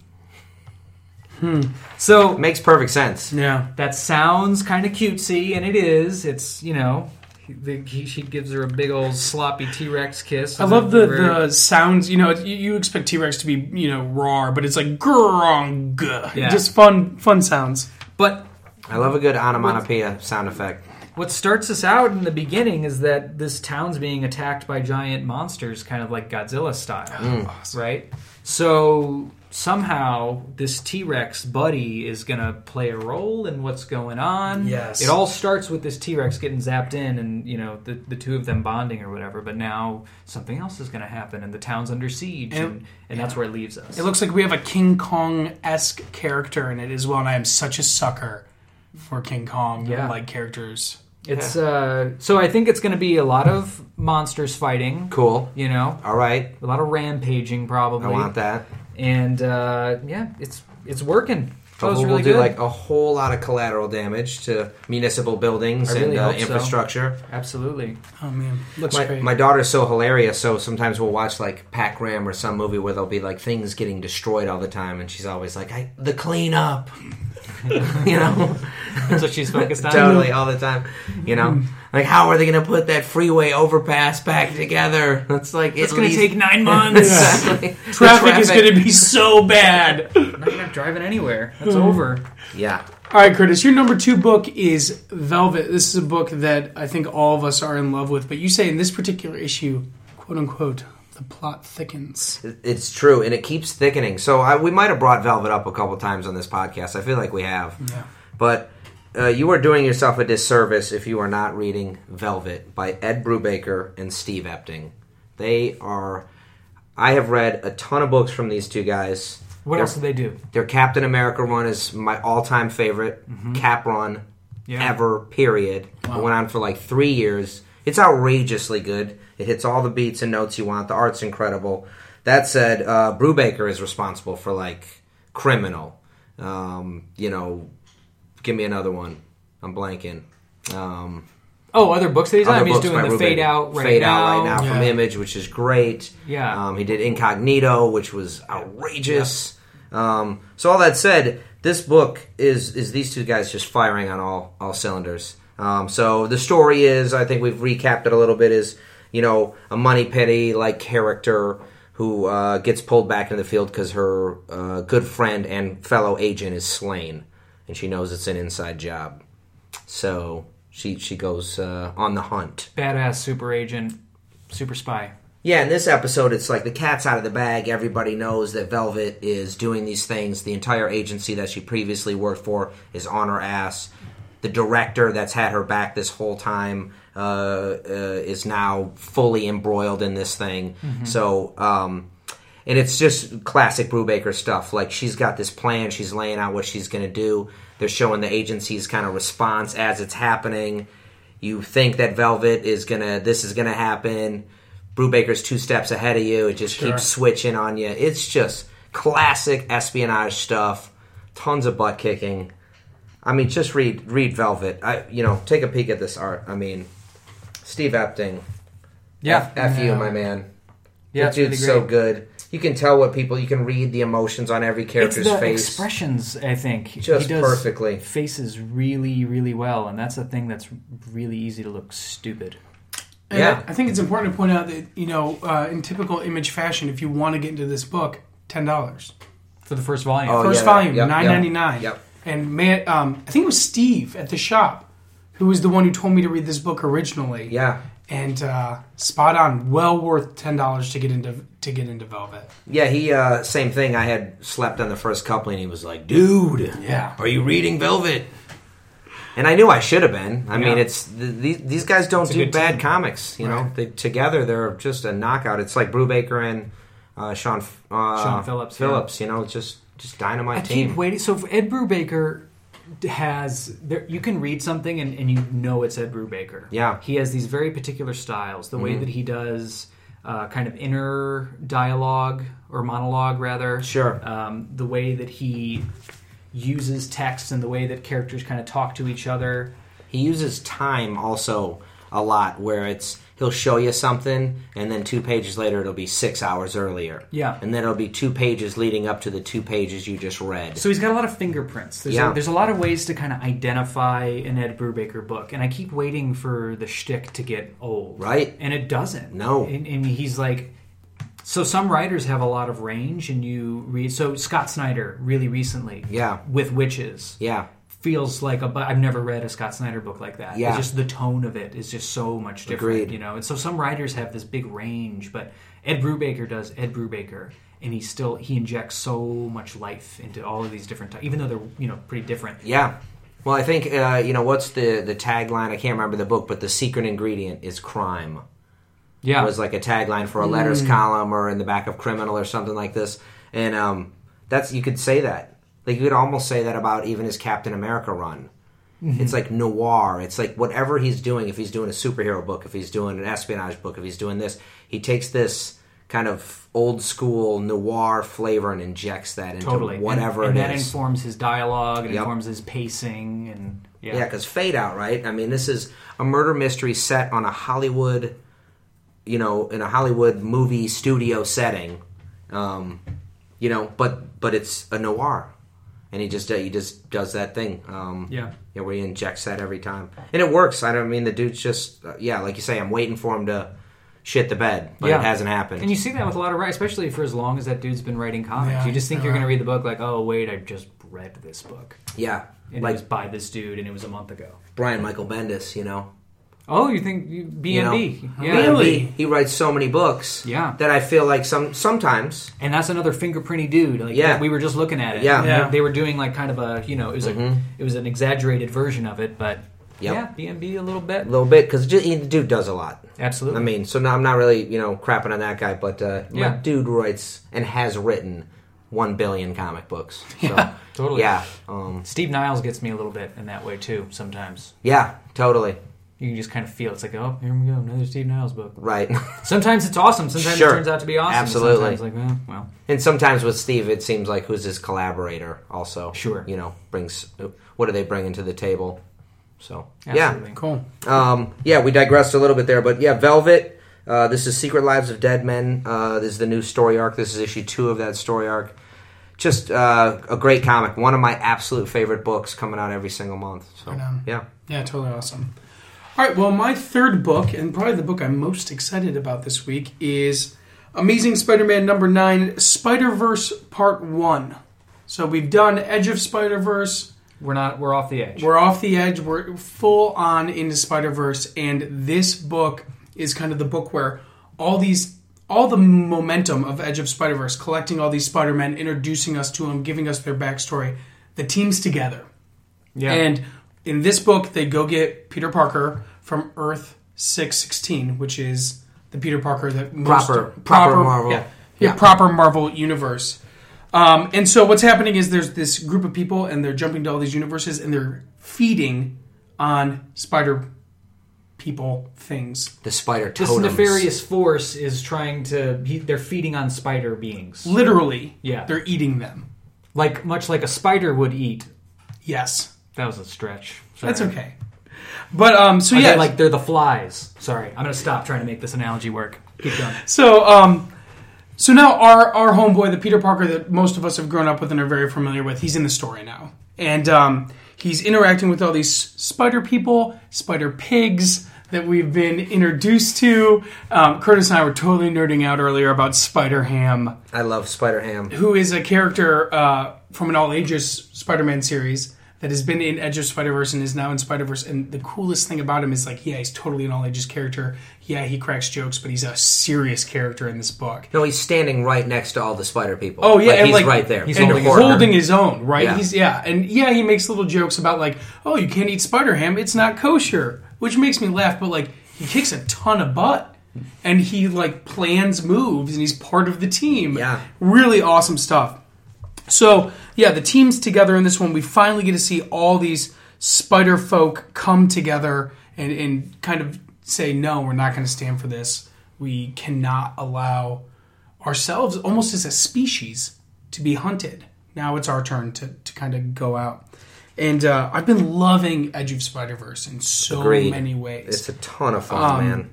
C: Hmm. So
D: makes perfect sense.
B: Yeah.
C: that sounds kind of cutesy, and it is. It's you know, he, the, he, she gives her a big old sloppy T Rex kiss.
B: I love the, the sounds. You know, you, you expect T Rex to be you know raw, but it's like grong, guh.
C: Yeah.
B: just fun fun sounds.
C: But
D: I love a good onomatopoeia sound effect.
C: what starts us out in the beginning is that this town's being attacked by giant monsters, kind of like Godzilla style,
B: Oh,
C: right? So somehow this T Rex buddy is gonna play a role in what's going on.
B: Yes.
C: it all starts with this T Rex getting zapped in, and you know the the two of them bonding or whatever. But now something else is gonna happen, and the town's under siege, and and, that's where it leaves us.
B: It looks like we have a King Kong esque character in it as well, and I am such a sucker for King Kong
C: Yeah.
B: like characters.
C: it's uh, so I think it's gonna be a lot of monsters fighting.
D: Cool.
C: You know,
D: All right.
C: a lot of rampaging probably.
D: I want that.
C: and uh, yeah, it's it's working.
D: But
C: Feels
D: we'll
C: really
D: do
C: good.
D: like a whole lot of collateral damage to municipal buildings
C: I really
D: and uh,
C: hope so.
D: infrastructure.
C: Absolutely.
B: Oh man, looks
D: My,
B: great.
D: my daughter's so hilarious, so sometimes we'll watch like Pac Ram or some movie where there'll be like things getting destroyed all the time, and she's always like, I, "The cleanup," [LAUGHS] you know,
C: That's what she's focused on.
D: totally all the time. You know, like how are they going to put that freeway overpass back together? It's like
C: It's going to take
D: [LAUGHS]
C: nine months.
D: exactly The
B: traffic, is going to be so bad. All
C: Not even driving anywhere. That's over.
D: Yeah,
B: right, Curtis, your number two book is Velvet. This is a book that I think all of us are in love with, but you say in this particular issue, quote unquote, the plot thickens.
D: It's true, and it keeps thickening. So I, we might have brought Velvet up a couple times on this podcast. I feel like we have.
B: Yeah.
D: But uh, you are doing yourself a disservice if you are not reading Velvet by Ed Brubaker and Steve Epting. They are. I have read a ton of books from these two guys.
C: What
D: They're-
C: else do they do?
D: their Captain America run is my all-time favorite cap run
C: Mm-hmm. Yeah.
D: ever. Period. It went on for like three years. It's outrageously good. It hits all the beats and notes you want. The art's incredible. That said, uh, Brubaker is responsible for like criminal. Um, you know, give me another one. I'm blanking. Um,
C: Oh, other books that he's
D: other
C: on. He's
D: books by
C: doing the
D: Ruben.
C: fade out right
D: fade
C: now.
D: out right now from
B: Yeah.
D: Image, which is great.
C: Yeah.
D: um, he did Incognito, which was outrageous. Um, so all that said, this book is is these two guys just firing on all all cylinders. Um, so the story is, I think we've recapped it a little bit. Is you know a money petty like character who uh, gets pulled back into the field because her uh, good friend and fellow agent is slain, and she knows it's an inside job. So she she goes uh, on the hunt.
C: Badass super agent, super spy.
D: Yeah, in this episode, it's like the cat's out of the bag. Everybody knows that Velvet is doing these things. The entire agency that she previously worked for is on her ass. The director that's had her back this whole time uh, uh, is now fully embroiled in this thing. So, um, and it's just classic Brubaker stuff. Like she's got this plan, she's laying out what she's going to do. They're showing the agency's kind of response as it's happening. You think that Velvet is gonna, this is gonna happen. Brubaker's two steps ahead of you. It just keeps switching on you. It's just classic espionage stuff. Tons of butt kicking. I mean, just read read Velvet. I you know take a peek at this art. I mean, Steve Epting.
C: Yeah.
D: F you, my man.
C: Yeah,
D: That
C: it's really
D: dude's
C: great.
D: so good. You can tell what people. You can read the emotions on every
C: It's
D: character's
C: the
D: face.
C: expressions, I think.
D: Just
C: he does
D: perfectly.
C: Faces really, really well, and that's a thing that's really easy to look stupid.
B: And
D: Yeah.
B: I, I think it's important to point out that, you know, uh, in typical image fashion, if you want to get into this book, $10.
C: For the first volume.
D: Oh,
B: first
D: yeah,
B: volume,
D: yep,
B: nine ninety nine.
D: yep.
B: And man, um, I think it was Steve at the shop who was the one who told me to read this book originally.
D: Yeah,
B: And uh, spot on, well worth ten dollars to get into to get into Velvet.
D: yeah. He uh, same thing. I had slept on the first couple, and he was like, "Dude,
B: Yeah.
D: are you reading Velvet?" And I knew I should have been. I mean,
C: Yeah.
D: it's th- these, these guys don't
C: a
D: do
C: good
D: bad
C: team.
D: comics. You know, they, together they're just a knockout. It's like Brubaker and uh, Sean F- uh,
C: Sean Phillips, yeah.
D: Phillips, you know, just just dynamite
C: I
D: team.
C: keep waiting. So if Ed Brubaker has there, you can read something and, and you know it's Ed Brubaker.
D: Yeah. Mm-hmm.
C: he has these very particular styles. The way that he does uh, kind of inner dialogue or monologue, rather.
D: Sure.
C: Um, the way that he uses text and the way that characters kind of talk to each other.
D: He uses time also. a lot where it's he'll show you something and then two pages later it'll be six hours earlier.
C: Yeah.
D: And then it'll be two pages leading up to the two pages you just read.
C: So he's got a lot of fingerprints. There's,
D: Yeah.
C: a, there's a lot of ways to kind of identify an Ed Brubaker book, and I keep waiting for the shtick to get old.
D: Right.
C: And it doesn't.
D: No.
C: And, and he's like, so some writers have a lot of range, and you read. So Scott Snyder, really recently,
D: Yeah.
C: with Witches,
D: yeah.
C: feels like a. bu- I've never read a Scott Snyder book like that.
D: Yeah.
C: It's just the tone of it is just so much different.
D: Agreed.
C: You know, and so some writers have this big range, but Ed Brubaker does Ed Brubaker, and he still he injects so much life into all of these different, ty- even though they're you know pretty different.
D: Yeah. Well, I think uh, you know what's the the tagline. I can't remember the book, but the secret ingredient is crime.
C: Yeah.
D: was like a tagline for a letters column or in the back of Criminal or something like this. And um, that's you could say that. Like you could almost say that about even his Captain America run. It's like noir. It's like whatever he's doing. If he's doing a superhero book, if he's doing an espionage book, if he's doing this, he takes this kind of old school noir flavor and injects that into
C: totally. And-
D: whatever
C: and,
D: it
C: that
D: is.
C: informs his dialogue, it
D: Yep.
C: informs his pacing, and yeah.
D: Yeah, because Fade Out, right? I mean, this is a murder mystery set on a Hollywood, you know, in a Hollywood movie studio setting, um, you know, but but it's a noir, and he just uh, he just does that thing, um,
C: Yeah.
D: yeah, where he injects that every time, and it works. I don't mean the dude's just uh, yeah, like you say, I'm waiting for him to shit the bed, but
C: Yeah.
D: it hasn't happened.
C: And you see that with a lot of writers, especially for as long as that dude's been writing comics.
B: Yeah.
C: you just think you're
B: Yeah.
C: going to read the book like, oh wait, I just read this book.
D: yeah,
C: And
D: like
C: it was by this dude, and it was a month ago.
D: Brian Michael Bendis, you know,
C: Oh, you think you- B
D: You
C: and
D: know,
C: B? Yeah,
B: Really?
D: he writes so many books,
C: Yeah.
D: that I feel like some sometimes
C: and that's another fingerprinty dude. Like,
D: Yeah.
C: we were just looking at it.
D: Yeah. Mm-hmm.
C: And
B: Yeah.
C: They, they were doing like kind of a you know it was a it was an exaggerated version of it, but
D: Yep.
C: yeah, B and B a little bit.
D: a little bit because the dude does a lot.
C: Absolutely.
D: I mean, so no, I'm not really you know crapping on that guy, but uh,
C: Yeah.
D: my dude writes and has written one billion
C: [LAUGHS]
D: comic books. So, yeah,
C: totally.
D: Yeah, um,
C: Steve Niles gets me a little bit in that way too. Sometimes
D: yeah, totally
C: you can just kind of feel it's like oh here we go another Steve Niles book.
D: right. [LAUGHS]
C: Sometimes it's awesome. Sometimes
D: Sure.
C: it turns out to be awesome.
D: Absolutely.
C: Sometimes like well, well
D: and sometimes with Steve, it seems like who's his collaborator also.
C: Sure.
D: you know brings what are they bringing to the table? So
C: absolutely.
B: Cool.
D: Um, yeah, we digressed a little bit there, but yeah, Velvet. Uh, this is Secret Lives of Dead Men. Uh, this is the new story arc. This is issue two of that story arc. Just uh, a great comic. One of my absolute favorite books coming out every single month. So
B: Right on.
D: yeah,
B: Yeah, totally awesome. All right, well, my third book, and probably the book I'm most excited about this week, is Amazing Spider Man number nine, Spider Verse Part One. So we've done Edge of Spider Verse,
C: We're not we're off the edge.
B: we're off the edge, we're full on into Spider Verse, and this book is kind of the book where all these. All the momentum of Edge of Spider Verse, collecting all these Spider Men, introducing us to them, giving us their backstory, the team's together.
C: yeah.
B: And in this book, they go get Peter Parker from Earth 616, which is the Peter Parker that most-
D: Proper- proper Marvel.
B: Yeah, yeah, proper Marvel universe. Um, and so what's happening is there's this group of people, and they're jumping to all these universes, and they're feeding on spider people things.
D: the spider
C: this
D: totems.
C: nefarious force is trying to he, they're feeding on spider beings.
B: Literally,
C: Yeah.
B: they're eating them.
C: like much like a spider would eat.
B: Yes,
C: That was a stretch. Sorry.
B: that's okay. But um, so
C: Are
B: yeah,
C: they like they're the flies. Sorry, I'm gonna stop trying to make this analogy work. Keep
B: [LAUGHS]
C: going.
B: So, um, so now our our homeboy, the Peter Parker that most of us have grown up with and are very familiar with, he's in the story now, and um, he's interacting with all these spider people, spider pigs that we've been introduced to. Um, Curtis and I were totally nerding out earlier about Spider Ham,
D: I love Spider Ham.
B: who is a character uh, from an all ages Spider Man series. That has been in Edge of Spider Verse and is now in Spider Verse. And the coolest thing about him is like, yeah, he's totally an all ages character. Yeah, he cracks jokes, but he's a serious character in this book.
D: No, he's standing right next to all the spider people.
B: Oh yeah,
D: like,
B: and
D: he's
B: like
D: right there.
B: and
D: holding
B: holding,
D: a corner.
B: his own, right?
D: Yeah.
B: He's yeah, and yeah, he makes little jokes about like, oh, you can't eat spider ham; it's not kosher, which makes me laugh. But like, he kicks a ton of butt, and he like plans moves, and he's part of the team.
D: Yeah.
B: really awesome stuff. So yeah, the team's together in this one. We finally get to see all these spider folk come together and, and kind of say, no, we're not going to stand for this. We cannot allow ourselves, almost as a species, to be hunted. Now it's our turn to, to kind of go out. And uh, I've been loving Edge of Spider Verse in so
D: Agreed.
B: many ways. Um,
D: It's a ton of fun, man.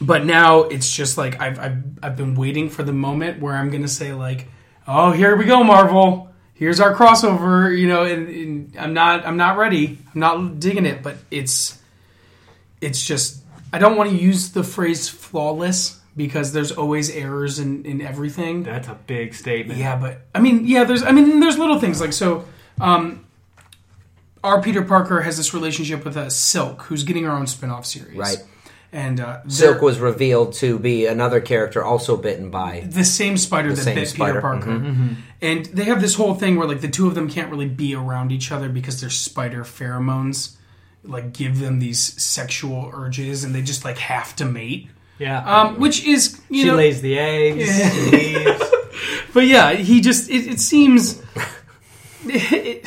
B: but now it's just like I've, I've I've been waiting for the moment where I'm gonna say like, oh here we go Marvel, here's our crossover, you know, and, and I'm not I'm not ready, I'm not digging it, but it's it's just I don't want to use the phrase flawless because there's always errors in, in everything.
C: That's a big statement.
B: Yeah, but I mean, yeah, there's I mean, there's little things like so. Um, our Peter Parker has this relationship with uh, Silk, who's getting her own spin-off series,
D: Right.
B: And uh,
D: Silk
B: they're
D: was revealed to be another character also bitten by.
B: the same spider that
D: same
B: bit
D: spider, Mm-hmm.
B: Peter Parker, and they have this whole thing where like the two of them can't really be around each other because their spider pheromones like give them these sexual urges, and they just like have to mate,
C: Yeah.
B: um, which is you
C: she
B: know,
C: lays the eggs. she
B: [LAUGHS]
C: leaves.
B: but yeah, he just it, it seems. [LAUGHS] It,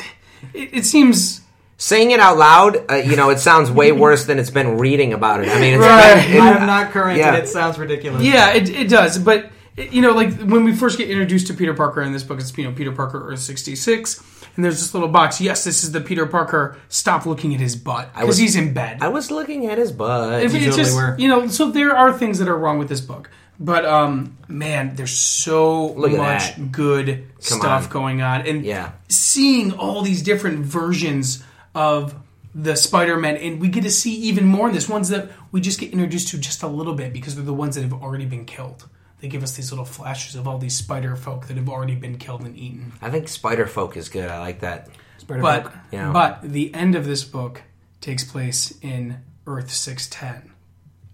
B: it, it seems
D: Saying it out loud, uh, you know, it
B: [LAUGHS]
D: sounds way worse than it's been reading about it. I mean, it's
B: Right.
D: been- it-
C: I'm not current,
D: Yeah.
C: and it sounds ridiculous.
B: Yeah, it, it does. But it- you know, like when we first get introduced to Peter Parker in this book, it's you know Peter Parker Earth sixty six, and there's this little box. Yes, this is the Peter Parker. Stop looking at his butt because
D: was-
B: he's in bed.
D: I was looking at his butt.
B: If it's
C: totally
B: just
C: were.
B: you know, so there are things that are wrong with this book. But um, man, there's so
D: at
B: much
D: that.
B: good stuff
D: on.
B: going on, and
D: Yeah.
B: seeing all these different versions of the Spider-Man, and we get to see even more in this. Ones that we just get introduced to just a little bit because they're the ones that have already been killed. They give us these little flashes of all these spider folk that have already been killed and eaten.
D: I think Spider Folk is good. I like that.
B: But
D: Yeah.
B: but the end of this book takes place in Earth six ten,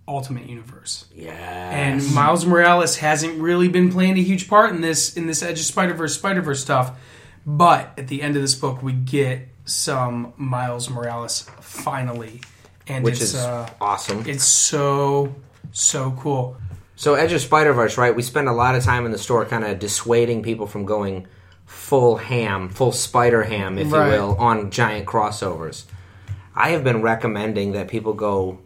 B: Ultimate Universe.
D: Yeah.
B: and Miles Morales hasn't really been playing a huge part in this in this Edge of Spider Verse Spider Verse stuff. But at the end of this book, we get some Miles Morales finally, and
D: Which
B: it's
D: is
B: uh,
D: awesome.
B: it's so so cool.
D: So Edge of Spider Verse, right? We spend a lot of time in the store, kind of dissuading people from going full ham, full spider ham, if
B: Right.
D: you will, on giant crossovers. I have been recommending that people go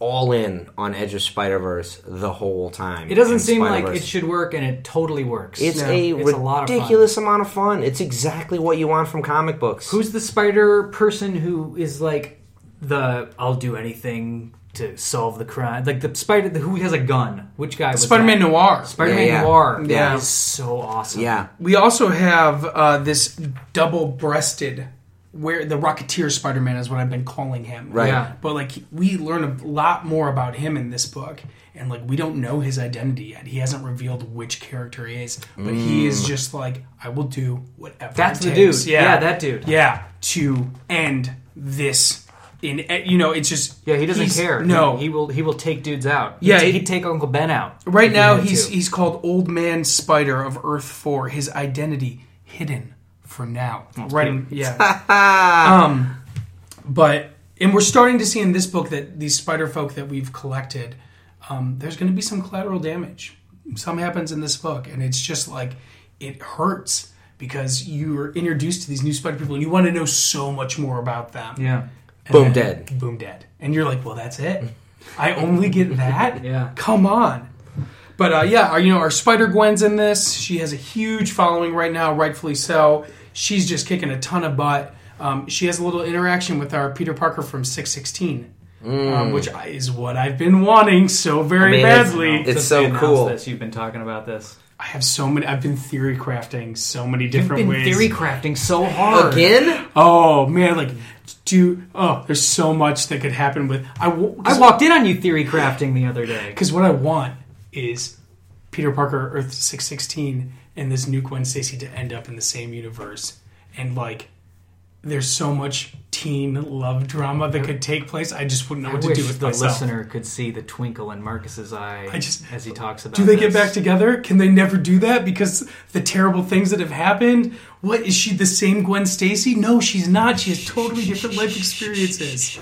D: all in on Edge of Spider Verse the whole time.
C: It doesn't seem like it should work, and it totally works.
D: It's a
C: it's a lot of fun.
D: ridiculous amount of fun. It's exactly what you want from comic books.
C: Who's the spider person who is like the I'll do anything to solve the crime? Like the spider who has a gun. Which guy? was
B: Spider Man
C: that?
B: Noir.
C: Spider-Man
D: Yeah, yeah.
C: Noir.
D: Yeah.
C: That is so awesome.
D: yeah,
B: we also have uh, this double breasted. Where the Rocketeer Spider-Man is what I've been calling him,
D: Right.
C: Yeah.
B: But like we learn a lot more about him in this book, and like we don't know his identity yet. He hasn't revealed which character he is, but he is just like, I will do whatever.
C: Mm. That's
B: it
C: the
B: takes."
C: dude. Yeah, that dude.
B: Yeah, to end this. In eh, you know, it's just
C: Yeah, he doesn't
B: he's-
C: care.
B: No,
C: he will. He will take dudes out.
B: Yeah,
C: he'd,
B: it-
C: he'd take Uncle Ben out.
B: right
C: if he
B: now
C: had
B: he's
C: to.
B: he's called Old Man Spider of Earth Four. His identity hidden for now. Right? in- Yeah.
C: [LAUGHS]
B: Um, but and we're starting to see in this book that these spider folk that we've collected um, there's going to be some collateral damage some happens in this book and it's just like it hurts because you are introduced to these new spider people and you want to know so much more about them
C: yeah.
B: And then-
D: Boom, dead.
B: boom dead and you're like well that's it i
C: [LAUGHS]
B: only get that
C: Yeah.
B: come on but uh, yeah our, you know our spider gwen's in this she has a huge following right now rightfully so she's just kicking a ton of butt um, she has a little interaction with our peter parker from 616 um,
C: Mm.
B: which I- is what i've been wanting so very
D: mean, it's-
B: badly
D: it's
C: Since
D: so
C: they announced
D: cool.
C: This, you've been talking about this.
B: i have so many i've been theory crafting so many
C: You've
B: different
C: been
B: ways
C: theory crafting so hard.
D: again.
B: oh man like do oh there's so much that could happen with i, w-
C: I walked in on you theory crafting the other day.
B: Because what I want is Peter Parker, Earth 616, and this new Gwen Stacy to end up in the same universe. And, like, there's so much teen love drama that could take place. I just wouldn't know
C: I
B: what to
C: wish
B: do with
C: the
B: myself.
C: listener could see the twinkle in Marcus's eye
B: I just-
C: as he talks about.
B: Do they get
C: this.
B: back together? Can they never do that because the terrible things that have happened? What is she the same Gwen Stacy? No, she's not. She has totally different life experiences.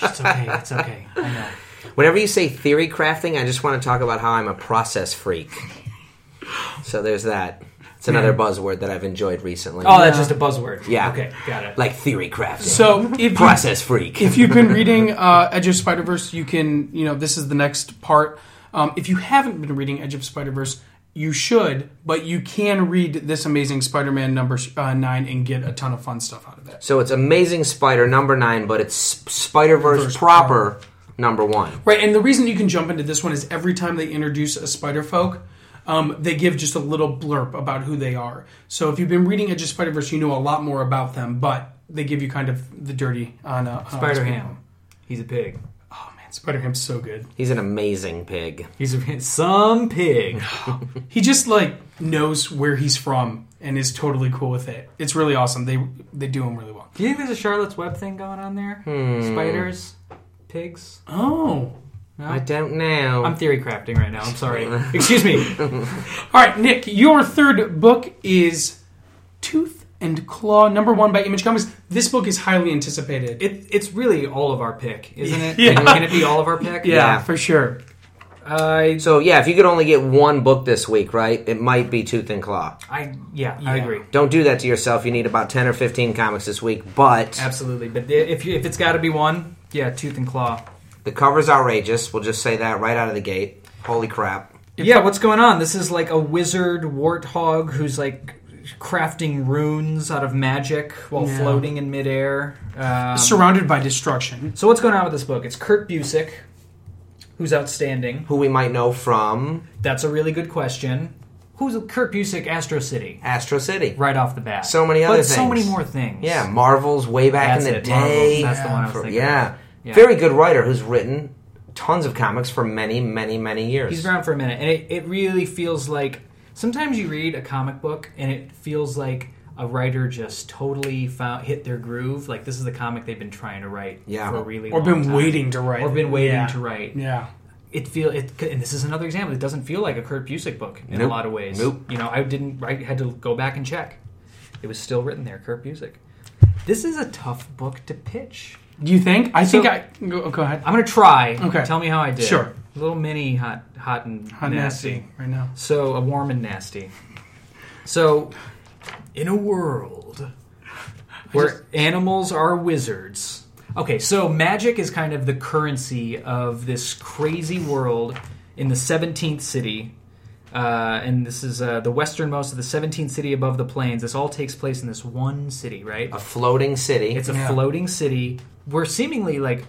C: It's okay. It's okay. I know.
D: Whenever you say theory crafting, I just want to talk about how I'm a process freak. so there's that. It's another buzzword that I've enjoyed recently.
C: [LAUGHS] Oh, that's just a buzzword.
D: Yeah.
C: Okay. Got it.
D: like theory crafting.
B: So if you
D: process freak.
B: if you've been reading uh, Edge of Spider Verse, you can you know this is the next part. Um, if you haven't been reading Edge of Spider Verse, you should, but you can read this amazing Spider-Man number uh, nine and get a ton of fun stuff out of it.
D: So it's Amazing Spider number nine, but it's Spider Verse
B: Verse
D: proper number one.
B: Right, and the reason you can jump into this one is every time they introduce a Spider Folk, um, they give just a little blurb about who they are. So if you've been reading Edge of Spider Verse, you know a lot more about them, but they give you kind of the dirty on uh,
C: Spider Ham. He's a pig.
B: Oh man, Spider Ham's so good.
D: He's an amazing pig.
C: He's a [LAUGHS] some [LAUGHS] pig.
B: He just like knows where he's from and is totally cool with it. It's really awesome. They they do him really well.
C: Do you think there's a Charlotte's Web thing going on there? Spiders, pigs.
B: Oh,
D: I don't know.
C: I'm theory crafting right now. I'm sorry. Excuse me.
B: all right, Nick, your third book is Tooth and Claw, number one by Image Comics. This book is highly anticipated.
C: It, it's really all of our pick, isn't it?
B: Yeah.
C: Like, can it be all of our pick?
B: uh,
D: Yeah.
B: for sure.
C: I,
D: so yeah, if you could only get one book this week, right? It might be Tooth and Claw.
C: I, yeah, I agree.
D: Don't do that to yourself. You need about ten or fifteen comics this week, but
C: Absolutely. But if you, if it's got to be one, yeah, tooth and claw.
D: the cover's outrageous. We'll just say that right out of the gate. Holy crap!
C: Yeah, what's going on? This is like a wizard warthog who's like crafting runes out of magic while
B: Yeah.
C: floating in midair. Um,
B: Surrounded by destruction.
C: so what's going on with this book? It's Kurt Busick, who's outstanding.
D: Who we might know from
C: That's a really good question. Who's Kurt Busick? Astro City,
D: Astro City.
C: right off the bat.
D: So many
C: but
D: other
C: so
D: things.
C: many more things.
D: Yeah, Marvel's way back
C: That's
D: in the
C: it, Marvel.
D: day.
C: That's the one I was
D: For-
C: thinking
D: yeah.
C: of. Yeah.
D: very good writer who's written tons of comics for many, many, many years.
C: He's around for a minute, and it, it really feels like sometimes you read a comic book and it feels like a writer just totally found hit their groove. Like this is the comic they've been trying to write
D: Yeah.
C: for a really
B: Or
C: long
B: been
C: time.
B: waiting to write.
C: or been waiting
B: Yeah.
C: to write.
B: Yeah.
C: It feel it, and this is another example. It doesn't feel like a Kurt Busick book in
D: Nope.
C: a lot of ways.
D: Nope.
C: You know, I didn't. I had to go back and check. It was still written there, Kurt Busick. This is a tough book to pitch.
B: Do you think? I
C: So-
B: think I. Go, go ahead.
C: I'm gonna try.
B: Okay.
C: Tell me how I did.
B: Sure.
C: little mini hot, hot and
B: Hot nasty.
C: nasty.
B: right now.
C: So a warm and nasty. So in a world where animals are wizards. Okay, so magic is kind of the currency of this crazy world in the 17th city. Uh, and this is uh, the westernmost of the 17th city above the plains. This all takes place in this one city, right?
D: a floating city.
C: It's a
B: Yeah.
C: floating city where seemingly like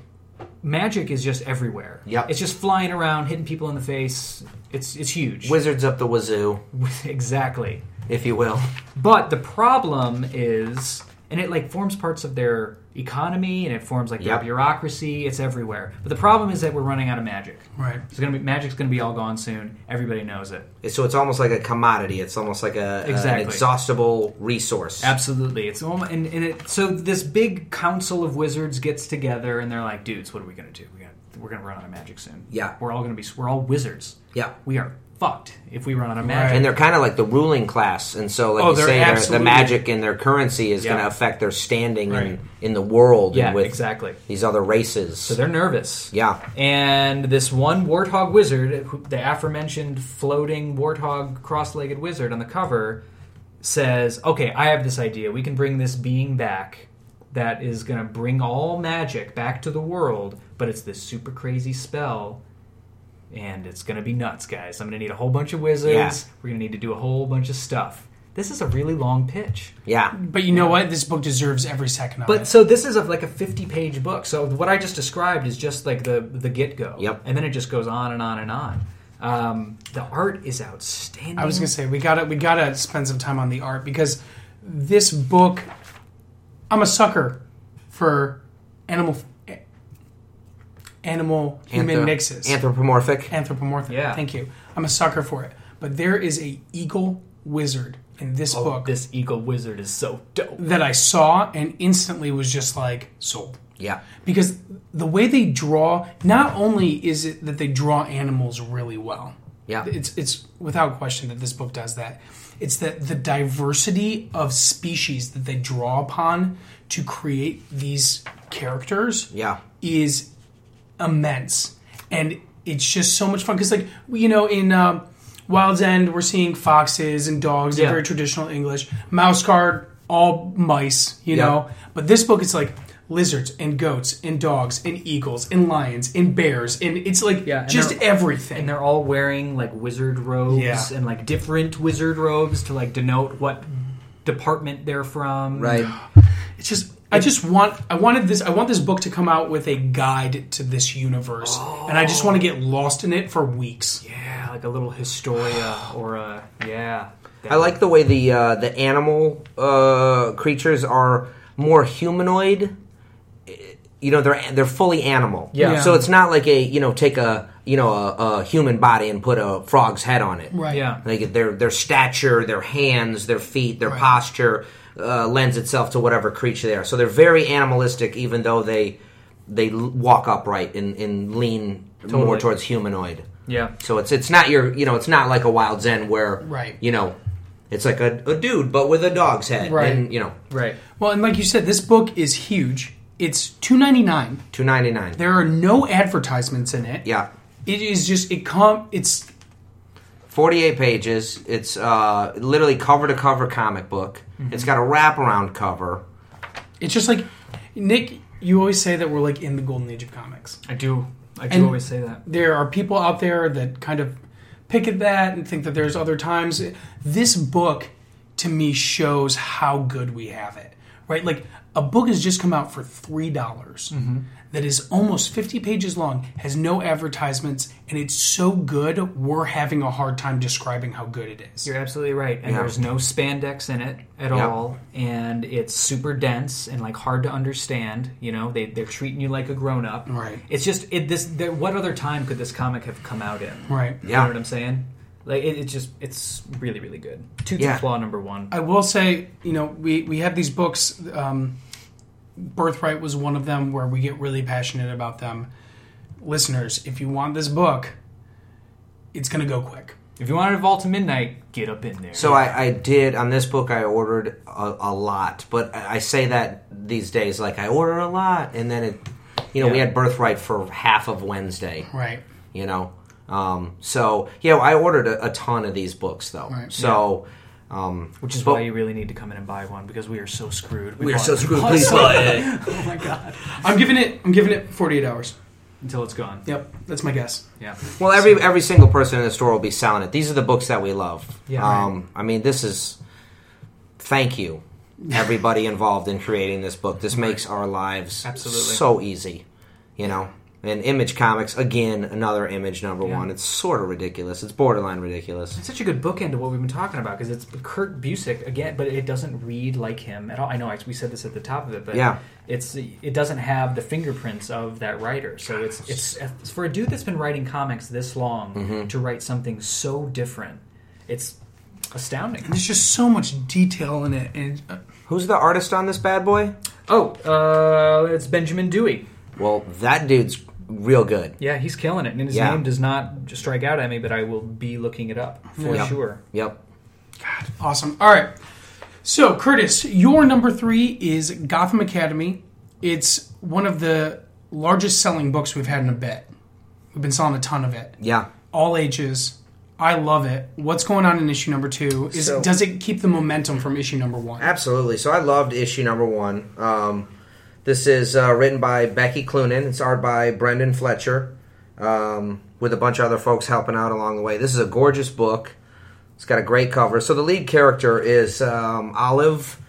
C: magic is just everywhere.
D: Yep.
C: It's just flying around, hitting people in the face. It's it's huge.
D: Wizards up the wazoo,
C: [LAUGHS] exactly.
D: if you will.
C: But the problem is, and it like forms parts of their economy and it forms like
D: Yep.
C: their bureaucracy. It's everywhere. But the problem is that we're running out of magic.
B: Right.
C: It's gonna be magic's gonna be all gone soon. Everybody knows it.
D: So it's almost like a commodity. It's almost like a
C: Exactly.
D: an exhaustible resource.
C: Absolutely. It's almost, and, and it, so this big council of wizards gets together and they're like, dudes, what are we gonna do? We're gonna we're gonna run out of magic soon.
D: Yeah.
C: We're all gonna be we're all wizards.
D: Yeah.
C: We are fucked if we run out of magic.
D: And they're kind of like the ruling class, and so like
B: Oh,
D: you
B: they're
D: say, they're- the
B: absolutely-
D: magic in their currency is
C: Yeah.
D: going to affect their standing
B: Right.
D: in, in the world
C: Yeah,
D: and with
C: exactly.
D: these other races.
C: So they're nervous.
D: yeah,
C: And this one warthog wizard, who, the aforementioned floating warthog cross legged wizard on the cover, says, Okay, I have this idea. We can bring this being back that is going to bring all magic back to the world, but it's this super crazy spell. And it's going to be nuts, guys. I'm going to need a whole bunch of wizards.
D: Yeah.
C: We're going to need to do a whole bunch of stuff. This is a really long pitch.
D: yeah.
B: But you know what? This book deserves every second of
C: But
B: it.
C: so this is a, like a fifty-page book. So what I just described is just like the the get-go.
D: Yep.
C: And then it just goes on and on and on. Um, the art is outstanding.
B: I was gonna say we gotta we gotta spend some time on the art because this book. I'm a sucker for animal, a- animal human
D: Antho-
B: mixes.
D: Anthropomorphic.
B: Anthropomorphic.
C: Yeah.
B: Thank you. I'm a sucker for it. But there is a eagle wizard in this book
C: this eagle wizard is so dope.
B: that I saw and instantly was just like sold.
D: yeah.
B: because the way they draw not only is it that they draw animals really well
D: Yeah.
B: it's it's without question that this book does that it's that the diversity of species that they draw upon to create these characters
D: Yeah.
B: is immense and it's just so much fun because like you know in uh, wild's end we're seeing foxes and dogs in
C: Yeah.
B: very traditional english mouse guard all mice you know but this book is like lizards and goats and dogs and eagles and lions and bears and it's like
C: Yeah, and
B: just
C: they're-
B: everything.
C: and they're all wearing like wizard robes
B: Yeah.
C: and like different wizard robes to like denote what department they're from.
D: Right.
B: It's just I just want I wanted this I want this book to come out with a guide to this universe, and I just want to get lost in it for weeks.
C: Yeah, like a little
B: [SIGHS]
C: Historia or a yeah.
D: I like the way the uh, the animal uh, creatures are more humanoid. You know, they're they're fully animal.
C: Yeah. Yeah.
D: So it's not like a you know take a you know a, a human body and put a frog's head on it.
B: Right.
C: Yeah.
D: Like their their stature, their hands, their feet, their posture uh, lends itself to whatever creature they are. So they're very animalistic, even though they they l- walk upright and, and lean more
C: Totally.
D: towards humanoid.
C: Yeah.
D: So it's it's not your you know it's not like a wild zen where
B: Right.
D: you know it's like a, a dude but with a dog's head
B: Right.
D: and you know
C: Right.
B: Well, and like you said, this book is huge. It's two ninety nine.
D: two ninety nine.
B: There are no advertisements in it.
D: Yeah,
B: It is just it com it's
D: forty eight pages. It's uh, literally cover to cover comic book.
B: Mm-hmm.
D: It's got a wraparound cover.
B: it's just like Nick. You always say that we're like in the golden age of comics.
C: I do. I do
B: And-
C: always say that.
B: There are people out there that kind of pick at that and think that there's other times. This book to me shows how good we have it. Right? Like a book has just come out for three dollars that is almost fifty pages long, has no advertisements, and it's so good we're having a hard time describing how good it is.
C: You're absolutely right. And
D: Yeah.
C: there's no spandex in it at
D: Yeah.
C: all. And it's super dense and like hard to understand. You know, they, they're treating you like a grown up.
B: Right.
C: It's just, it, this. There, what other time could this comic have come out in?
B: Right.
C: You know
D: Yeah.
C: what I'm saying? Like, it, it's just, it's really, really good. Tooth
D: Yeah.
C: and Claw number one.
B: I will say, you know, we we have these books. Um, Birthright was one of them where we get really passionate about them. Listeners, if you want this book, it's going to go quick.
C: If you wanted to vault to midnight, get up in there.
D: So I, I did on this book. I ordered a, a lot, but I I say that these days like I order a lot, and then it you know we
C: Yeah.
D: had birthright for half of Wednesday.
B: Right.
D: you know um, so yeah i ordered a, a ton of these books though
B: Right.
D: so um,
C: which is
D: but-
C: why you really need to come in and buy one because we are so screwed.
D: we are
C: bought
D: so
C: it [LAUGHS]
D: screwed please buy it
B: Oh my god. I'm giving it. I'm giving it 48 hours.
C: until it's gone.
B: Yep, that's my guess.
C: Yeah.
D: well every every single person in the store will be selling it these are the books that we love
C: Yeah,
D: um, i mean this is thank you
C: [LAUGHS]
D: everybody involved in creating this book this makes our lives
C: Absolutely.
D: so easy you know and image comics again another image number
C: Yeah.
D: one it's sort of ridiculous it's borderline ridiculous
C: It's such a good bookend to what we've been talking about because it's Kurt Busick again, but it doesn't read like him at all. I know I, we said this at the top of it, but
D: Yeah.
C: it's it doesn't have the fingerprints of that writer. So it's it's, it's for a dude that's been writing comics this long
D: Mm-hmm.
C: to write something so different. It's astounding.
B: There's just so much detail in it, and uh,
D: who's the artist on this bad boy
C: Oh, uh, it's Benjamin Dewey.
D: well that dude's real good
C: Yeah, he's killing it, and his
D: Yeah.
C: name does not just strike out at me, but I will be looking it up for
D: Yeah.
C: sure.
D: yep
B: awesome. All right. So Curtis, your number three is Gotham Academy. It's one of the largest selling books we've had in a bit. We've been selling a ton of it.
D: yeah
B: all ages. I love it. What's going on in issue number two? Is
D: So-
B: does it keep the momentum from issue number one?
D: Absolutely. So I loved issue number one. Um, this is uh, written by Becky Cloonan. It's art by Brendan Fletcher, um, with a bunch of other folks helping out along the way. This is a gorgeous book. It's got a great cover. So the lead character is um, Olive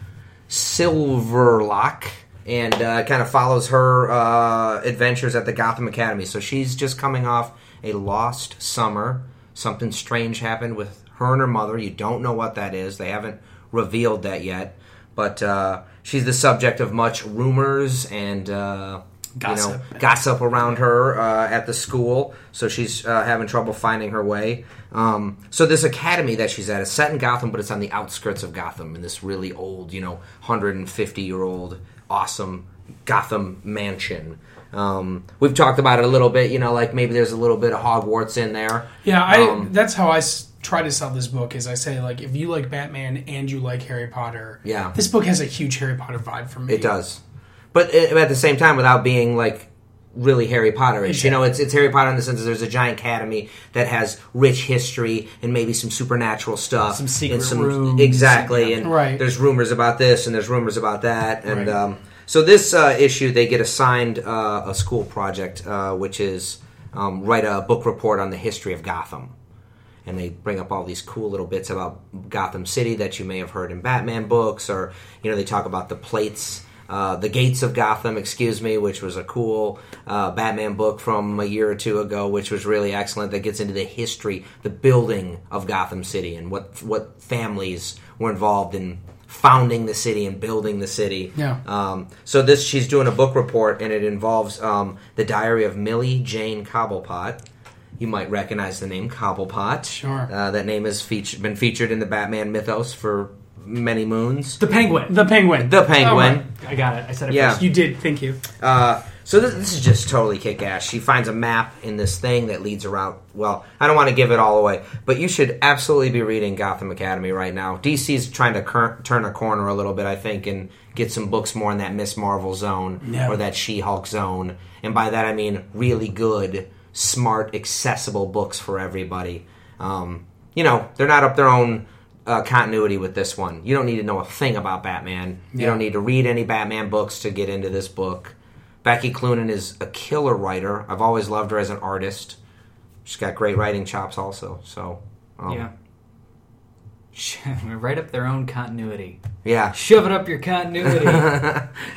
D: Silverlock, and uh, kind of follows her uh, adventures at the Gotham Academy. So she's just coming off a lost summer. Something strange happened with her and her mother. You don't know what that is. They haven't revealed that yet, but uh, she's the subject of much rumors and uh, you
B: Gossip.
D: know gossip around her uh, at the school, so she's uh, having trouble finding her way. Um, so this academy that she's at is set in Gotham, but it's on the outskirts of Gotham in this really old, you know, 150 year old awesome Gotham mansion. Um, we've talked about it a little bit, you know, like maybe there's a little bit of Hogwarts in there.
B: Yeah, I.
D: Um,
B: that's how I s- try to sell this book. Is I say like, if you like Batman and you like Harry Potter,
D: Yeah.
B: this book has a huge Harry Potter vibe for me.
D: It does, but i at the same time, without being like really Harry Potterish. You know, it's it's Harry Potter in the sense that there's a giant academy that has rich history and maybe some supernatural stuff, some
C: secret rooms.
D: exactly. And
B: Right.
D: there's rumors about this and there's rumors about that, and
B: Right.
D: um, So this uh, issue, they get assigned uh, a school project, uh, which is um, write a book report on the history of Gotham. And they bring up all these cool little bits about Gotham City that you may have heard in Batman books, or you know they talk about the plates, uh, the gates of Gotham, excuse me, which was a cool uh, Batman book from a year or two ago, which was really excellent. That gets into the history, the building of Gotham City, and what what families were involved in founding the city and building the city.
B: Yeah.
D: Um, so this she's doing a book report, and it involves um, the diary of Millie Jane Cobblepot. You might recognize the name Cobblepot.
B: Sure.
D: Uh, that name has featured, been featured in the Batman mythos for many moons.
C: The Penguin.
B: The Penguin.
D: The Penguin.
C: I got it. I said it
D: Yeah.
C: first.
B: you did. Thank you.
D: Uh, so this, this is just totally kick-ass. She finds a map in this thing that leads her out. Well, I don't want to give it all away, but you should absolutely be reading Gotham Academy right now. DC's trying to cur- turn a corner a little bit, I think, and get some books more in that Miss Marvel zone
B: Yeah.
D: or that She-Hulk zone. And by that I mean really good, smart, accessible books for everybody. Um, you know, they're not up their own uh, continuity with this one. You don't need to know a thing about Batman. You don't need to read any Batman books to get into this book. Becky Cloonan is a killer writer. I've always loved her as an artist. She's got great writing chops, also. So, um,
C: Yeah. [LAUGHS] right up their own continuity.
D: yeah,
C: Shove it up your
D: [LAUGHS]
C: continuity.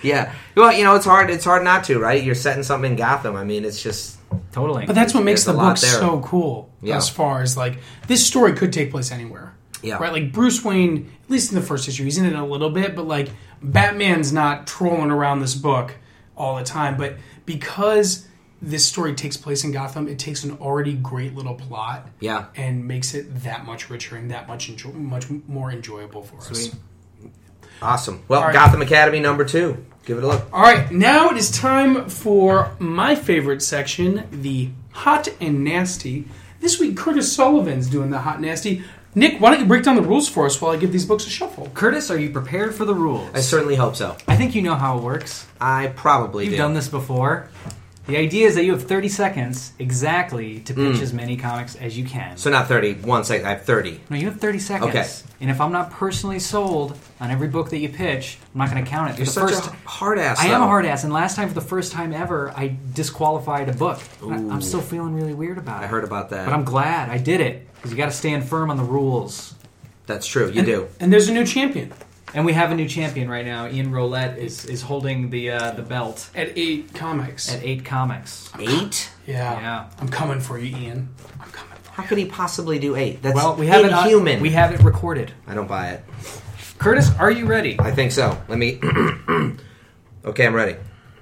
D: yeah. Well, you know, it's hard. It's hard not to, right? You're setting something in Gotham. I mean, it's just
C: totally.
B: But that's what makes the
D: There's a lot
B: book
D: there.
B: so cool.
D: Yeah.
B: As far as like this story could take place anywhere.
D: Yeah.
B: Right. Like Bruce Wayne, at least in the first issue, he's in it a little bit, but like Batman's not trolling around this book all the time. But because this story takes place in Gotham, it takes an already great little plot
D: yeah.
B: and makes it that much richer and that much enjo- much more enjoyable for us.
D: Awesome. Well,
B: All right.
D: Gotham Academy number two. Give it a look.
B: All right, now it is time for my favorite section, the hot and nasty. This week, Curtis Sullivan's doing the hot and nasty. Nick, why don't you break down the rules for us while I give these books a shuffle?
C: Curtis, are you prepared for the rules?
D: I certainly hope so.
C: I think you know how it works.
D: I probably
C: You've
D: do.
C: done this before. The idea is that you have 30 seconds exactly to pitch as many comics as you can.
D: Hmm. So not thirty. One second. I have thirty.
C: no, you have 30 seconds.
D: Okay.
C: And if I'm not personally sold on every book that you pitch, I'm not going to count it.
D: You're
C: the
D: such
C: first,
D: a hard ass.
C: I am a hard ass, and last time for the first time ever, I disqualified a book. I,
D: Ooh.
C: am still feeling really weird about it.
D: I heard about that.
C: but I'm glad I did it because you got to stand firm on the rules.
D: That's true. You
C: [GASPS]
D: do.
B: And there's a new champion
C: And we have a new champion right now. Ian Rolette is is holding the uh, the belt
B: at 8 Comics.
C: at Eight Comics.
D: Eight.
B: yeah.
C: Yeah.
B: I'm coming for you, Ian. I'm coming for
D: How could he possibly do eight? That's
C: Well, we have
D: inhuman.
C: it. We have it recorded.
D: I don't buy it.
C: Curtis, are you ready?
D: I think so. Let me. [CLEARS THROAT] okay, I'm ready.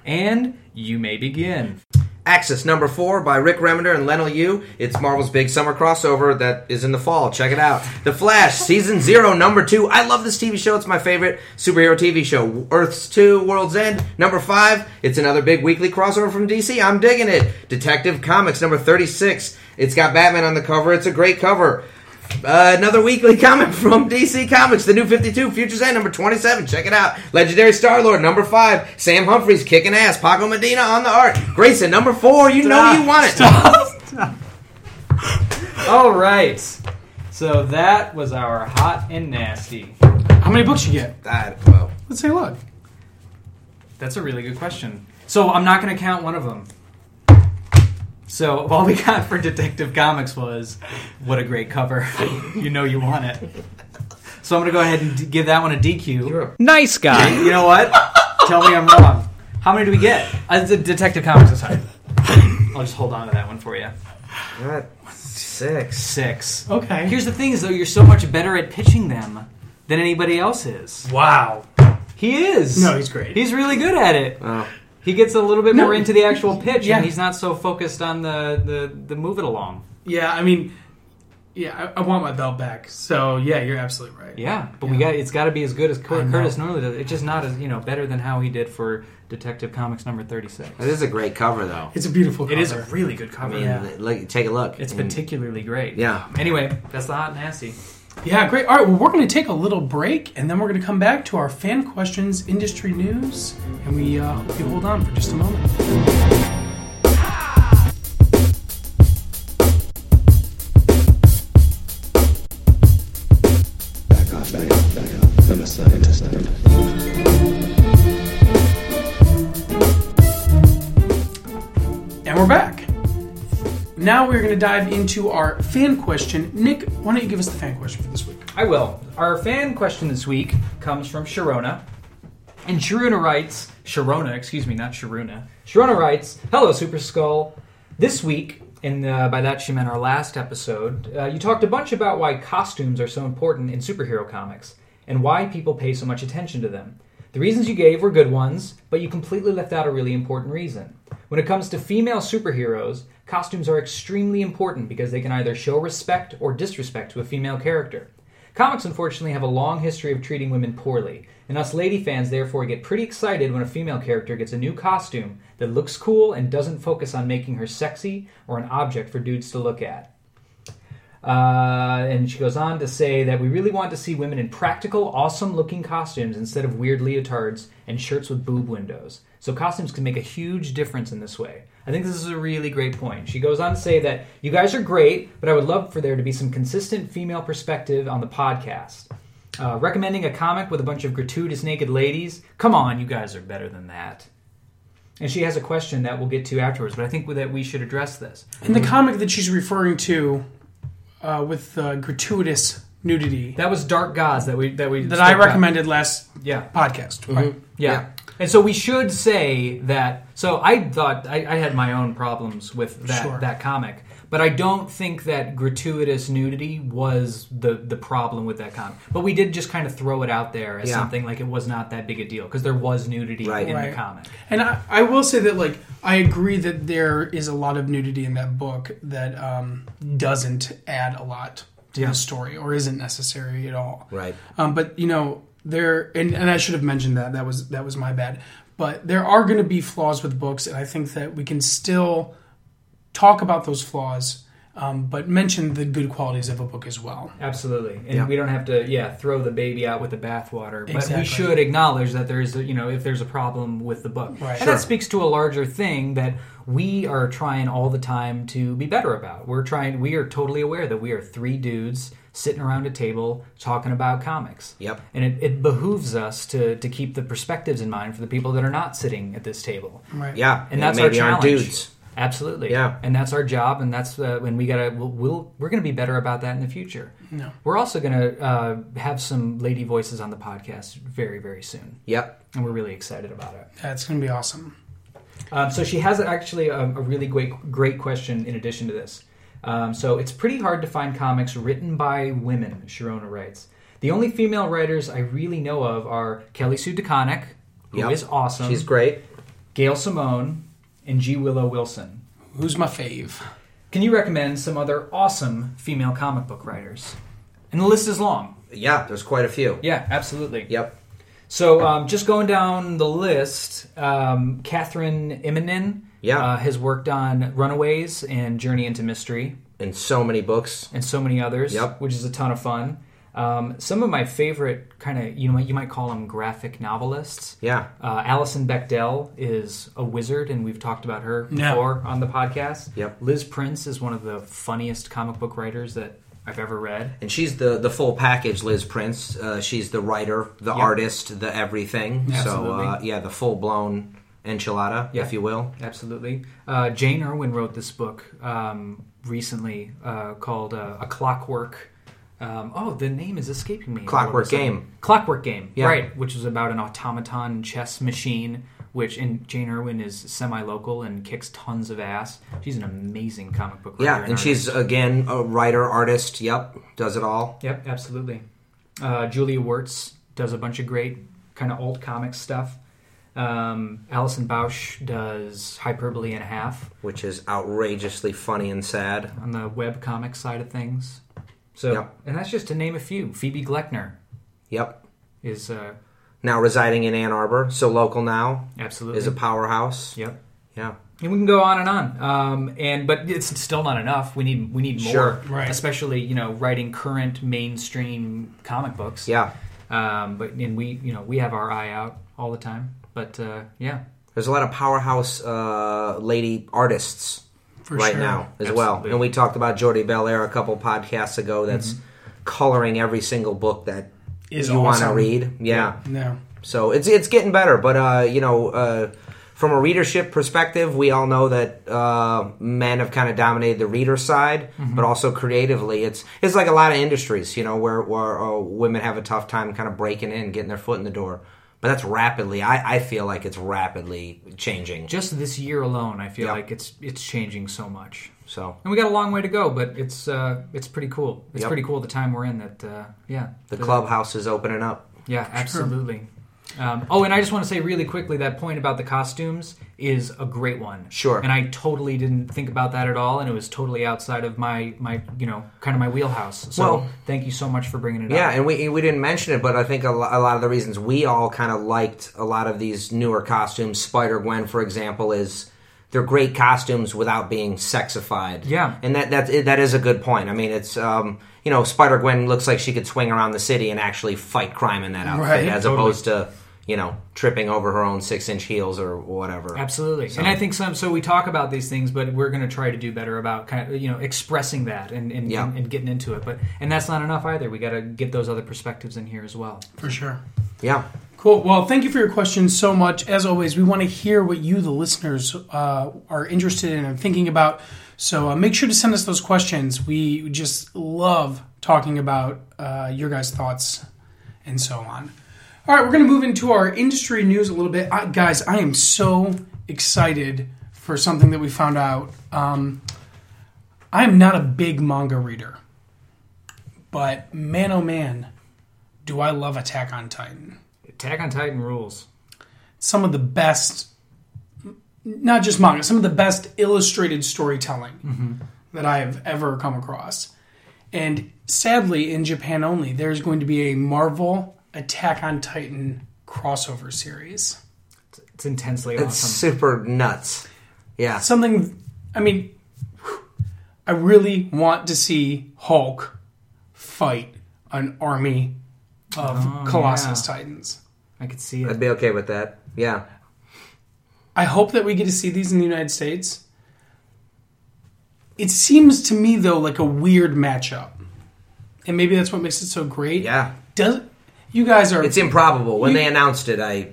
C: And you may begin.
D: Axis number four by Rick Remender and Leno Yu. It's Marvel's big summer crossover that is in the fall. Check it out. The Flash, season zero, number two. I love this TV show. It's my favorite superhero TV show. Earth's two, World's End, number five. It's another big weekly crossover from DC. I'm digging it. Detective Comics, number 36. It's got Batman on the cover. It's a great cover. Uh, another weekly [LAUGHS] comic from DC Comics, the new 52, Futures End, number 27. Check it out. Legendary Star Lord, number 5. Sam Humphries kicking ass. Paco Medina on the art. Grayson, number 4. You know you want it.
C: All right. So that was our hot and nasty.
B: you. How many books you get?
D: Ah, well,
B: Let's take a look.
C: That's a really good question. So I'm not going to count one of them. So [LAUGHS] all we got for Detective Comics was, what a great cover. [LAUGHS] you know you want it. So I'm going to go ahead and d- give that one a DQ.
A: Nice guy.
C: you know what? Tell me I'm wrong. How many do we get? Uh, the Detective Comics aside. I'll just hold on to that one for you.
D: got 6.
C: Six.
B: Okay.
C: Here's the thing is though, you're so much better at pitching them than anybody else is.
B: wow.
C: He is.
B: No, he's great.
C: He's really good at it.
D: Oh.
C: He gets a little bit
B: No,
C: more into the actual pitch,
B: yeah.
C: and he's not so focused on the, the, the move it along.
B: Yeah, I mean, yeah, I, I want my belt back. So, yeah, you're absolutely right.
C: Yeah, but we got it's got to be as good as Cur-
B: I know.
C: Curtis normally does. It's just not as you know better than how he did for Detective Comics number thirty six.
D: That is a great cover, though.
B: It's a beautiful cover.
C: It is a really good
D: I
C: cover.
D: mean,
B: Yeah.
D: look, take a look.
C: It's
D: And-
C: particularly great.
D: Yeah.
C: Anyway, that's the hot nasty.
B: Yeah, great. All right, well, we're going to take a little break, and then we're going to come back to our fan questions, industry news, and we uh, hope you hold on for just a moment.
E: Back off, back off, back off. I'm a scientist. I'm-
B: we're back. Now we're going to dive into our fan question. Nick, why don't you give us the fan question for this week?
C: I will. Our fan question this week comes from Sharona. And Sharona writes, Sharona, excuse me, not Sharuna. Sharona writes, Hello, Super Skull. This week, and uh, by that she meant our last episode, uh, you talked a bunch about why costumes are so important in superhero comics and why people pay so much attention to them. The reasons you gave were good ones, but you completely left out a really important reason. When it comes to female superheroes, costumes are extremely important because they can either show respect or disrespect to a female character. Comics, unfortunately, have a long history of treating women poorly, and us lady fans therefore get pretty excited when a female character gets a new costume that looks cool and doesn't focus on making her sexy or an object for dudes to look at. Uh, and she goes on to say that we really want to see women in practical, awesome looking costumes instead of weird leotards and shirts with boob windows. So costumes can make a huge difference in this way. I think this is a really great point. She goes on to say that you guys are great, but I would love for there to be some consistent female perspective on the podcast. Uh, recommending a comic with a bunch of gratuitous naked ladies? Come on, you guys are better than that. And she has a question that we'll get to afterwards, but I think that we should address this.
B: In the comic that she's referring to uh, with uh, gratuitous nudity
C: That was Dark Gods that we that we
B: that I
C: spoke about.
B: recommended last
C: Yeah.
B: podcast. Right?
C: Yeah.
D: Yeah.
C: And so we should say that. So I thought I, I had my own problems with that
B: Sure.
C: that comic, but I don't think that gratuitous nudity was the the problem with that comic. But we did just kind of throw it out there as
D: Yeah.
C: something like it was not that big a deal because there was nudity
D: Right.
C: in
B: Right.
C: the comic.
B: And I, I will say that, like, I agree that there is a lot of nudity in that book that um, doesn't add a lot to
C: Yeah.
B: the story or isn't necessary at all.
D: Right.
B: Um, but you know, there and, and I should have mentioned that. That was that was my bad. But there are going to be flaws with books, and I think that we can still talk about those flaws, um, but mention the good qualities of a book as well.
C: Absolutely, and
D: Yeah.
C: we don't have to yeah throw the baby out with the bathwater, but
B: Exactly.
C: we should acknowledge that there is a, you know if there's a problem with the book,
B: Right.
C: and that speaks to a larger thing that we are trying all the time to be better about. We're trying, we are totally aware that we are three dudes sitting around a table talking about comics.
D: Yep.
C: and it, it behooves us to to keep the perspectives in mind for the people that are not sitting at this table
B: Right.
D: Yeah.
C: and that's
D: maybe
C: our
D: aren't
C: challenge.
D: dudes.
C: Absolutely,
D: Yeah.
C: and that's our job, and that's uh, when we gotta we'll, we'll we're gonna be better about that in the future.
B: No.
C: we're also gonna uh, have some lady voices on the podcast very very soon,
D: Yep.
C: and we're really excited about it.
B: That's going to be awesome.
C: Um, so she has actually a, a really great great question in addition to this. Um, so it's pretty hard to find comics written by women. Sharona writes. The only female writers I really know of are Kelly Sue DeConnick, who is
D: Yep.
C: awesome,
D: She's great.
C: Gail Simone, and G Willow Wilson.
B: Who's my fave?
C: Can you recommend some other awesome female comic book writers? And the list is long.
D: Yeah, there's quite a few.
C: Yeah, absolutely.
D: Yep.
C: So um, just going down the list, um, Catherine Immonen
D: Yeah.
C: uh, has worked on Runaways and Journey into Mystery
D: And so many books.
C: and so many others,
D: Yep.
C: which is a ton of fun. Um, some of my favorite kind of, you know, you might call them graphic novelists.
D: Yeah.
C: Uh, Alison Bechdel is a wizard, and we've talked about her
B: Yeah.
C: before on the podcast.
D: Yep.
C: Liz Prince is one of the funniest comic book writers that I've ever read.
D: And she's the the full package, Liz Prince. Uh, she's the writer, the artist, the everything. So uh,
C: Absolutely.
D: yeah, the full blown enchilada,
C: Yeah.
D: if you will.
C: Absolutely. Uh, Jane Irwin wrote this book um, recently uh, called uh, A Clockwork. Um, oh, the name is escaping me. all of
D: Clockwork
C: a sudden.
D: Game.
C: Clockwork Game,
D: Yeah.
C: right? Which is about an automaton chess machine. Which and Jane Irwin is semi-local and kicks tons of ass. She's an amazing comic book writer.
D: Yeah, and
C: artist.
D: she's again a writer, artist. Yep, does it all.
C: Yep, absolutely. Uh, Julia Wirtz does a bunch of great kind of alt comic stuff. Um, Alison Bausch does Hyperbole and a Half
D: which is outrageously funny and sad.
C: on the web comic side of things. So,
D: Yep.
C: and that's just to name a few. Phoebe Gleckner
D: Yep.
C: is uh,
D: Now residing in Ann Arbor, so local now,
C: absolutely.
D: is a powerhouse.
C: yep.
D: Yeah.
C: And we can go on and on. Um, and but it's still not enough. We need we need more,
D: Sure,
B: right.
C: especially you know writing current mainstream comic books.
D: Yeah.
C: Um, but and we you know we have our eye out all the time. But uh, yeah,
D: There's a lot of powerhouse uh, lady artists
B: For
D: right
B: sure.
D: now as well.
C: Absolutely.
D: And we talked about Jordi Belair a couple podcasts ago that's coloring every single book that
B: Mm-hmm. Is
D: you want to
B: awesome.
D: read. yeah.
B: No.
D: So it's it's getting better, but uh, you know, uh, from a readership perspective, we all know that uh, men have kind of dominated the reader side, but also creatively, it's it's like a lot of industries, you know, where where uh, women have a tough time kind of breaking in, getting their foot in the door. But that's rapidly. I, I feel like it's rapidly changing.
C: Just this year alone, I feel
D: Yeah.
C: like it's it's changing so much.
D: So
C: And we got a long way to go, but it's uh, it's pretty cool. It's
D: Yep.
C: pretty cool the time we're in. That uh, yeah,
D: the clubhouse is opening up.
C: Yeah, absolutely. Um, oh, and I just want to say really quickly that point about the costumes is a great one.
D: Sure.
C: And I totally didn't think about that at all, and it was totally outside of my my you know kind of my wheelhouse. So
D: Well-
C: thank you so much for bringing it
D: Yeah,
C: up.
D: and we we didn't mention it, but I think a, lo- a lot of the reasons we all kind of liked a lot of these newer costumes, Spider Gwen, for example, is they're great costumes without being sexified.
C: Yeah.
D: and that that that is a good point. I mean, it's um, you know, Spider Gwen looks like she could swing around the city and actually fight crime in that outfit,
B: Right,
D: as opposed to you know tripping over her own six inch heels or whatever.
C: Absolutely. And I think some so we talk about these things, but we're going to try to do better about kind of you know expressing that and and,
D: Yeah.
C: and getting into it. But and that's not enough either. We got to get those other perspectives in here as well.
B: for sure.
D: Yeah,
B: Cool. Well, thank you for your questions so much. As always, we want to hear what you, the listeners, uh, are interested in and thinking about. So uh, make sure to send us those questions. We just love talking about uh, your guys' thoughts and so on. All right, we're going to move into our industry news a little bit. I, guys, I am so excited for something that we found out. Um, I am not a big manga reader, but man, oh man, do I love Attack on Titan
C: Attack on Titan rules.
B: some of the best not just manga some of the best illustrated storytelling that i have ever come across and sadly in japan only there's going to be a marvel attack on titan crossover series
C: It's intensely
D: it's
C: awesome.
D: super nuts. Yeah,
B: something i mean i really want to see hulk fight an army of colossus titans
C: I could see
D: I'd
C: it.
D: be okay with that. Yeah,
B: I hope that we get to see these in the United States. It seems to me though like a weird matchup, and maybe that's what makes it so great.
D: yeah.
B: Does you guys are
D: It's improbable. When they announced it, I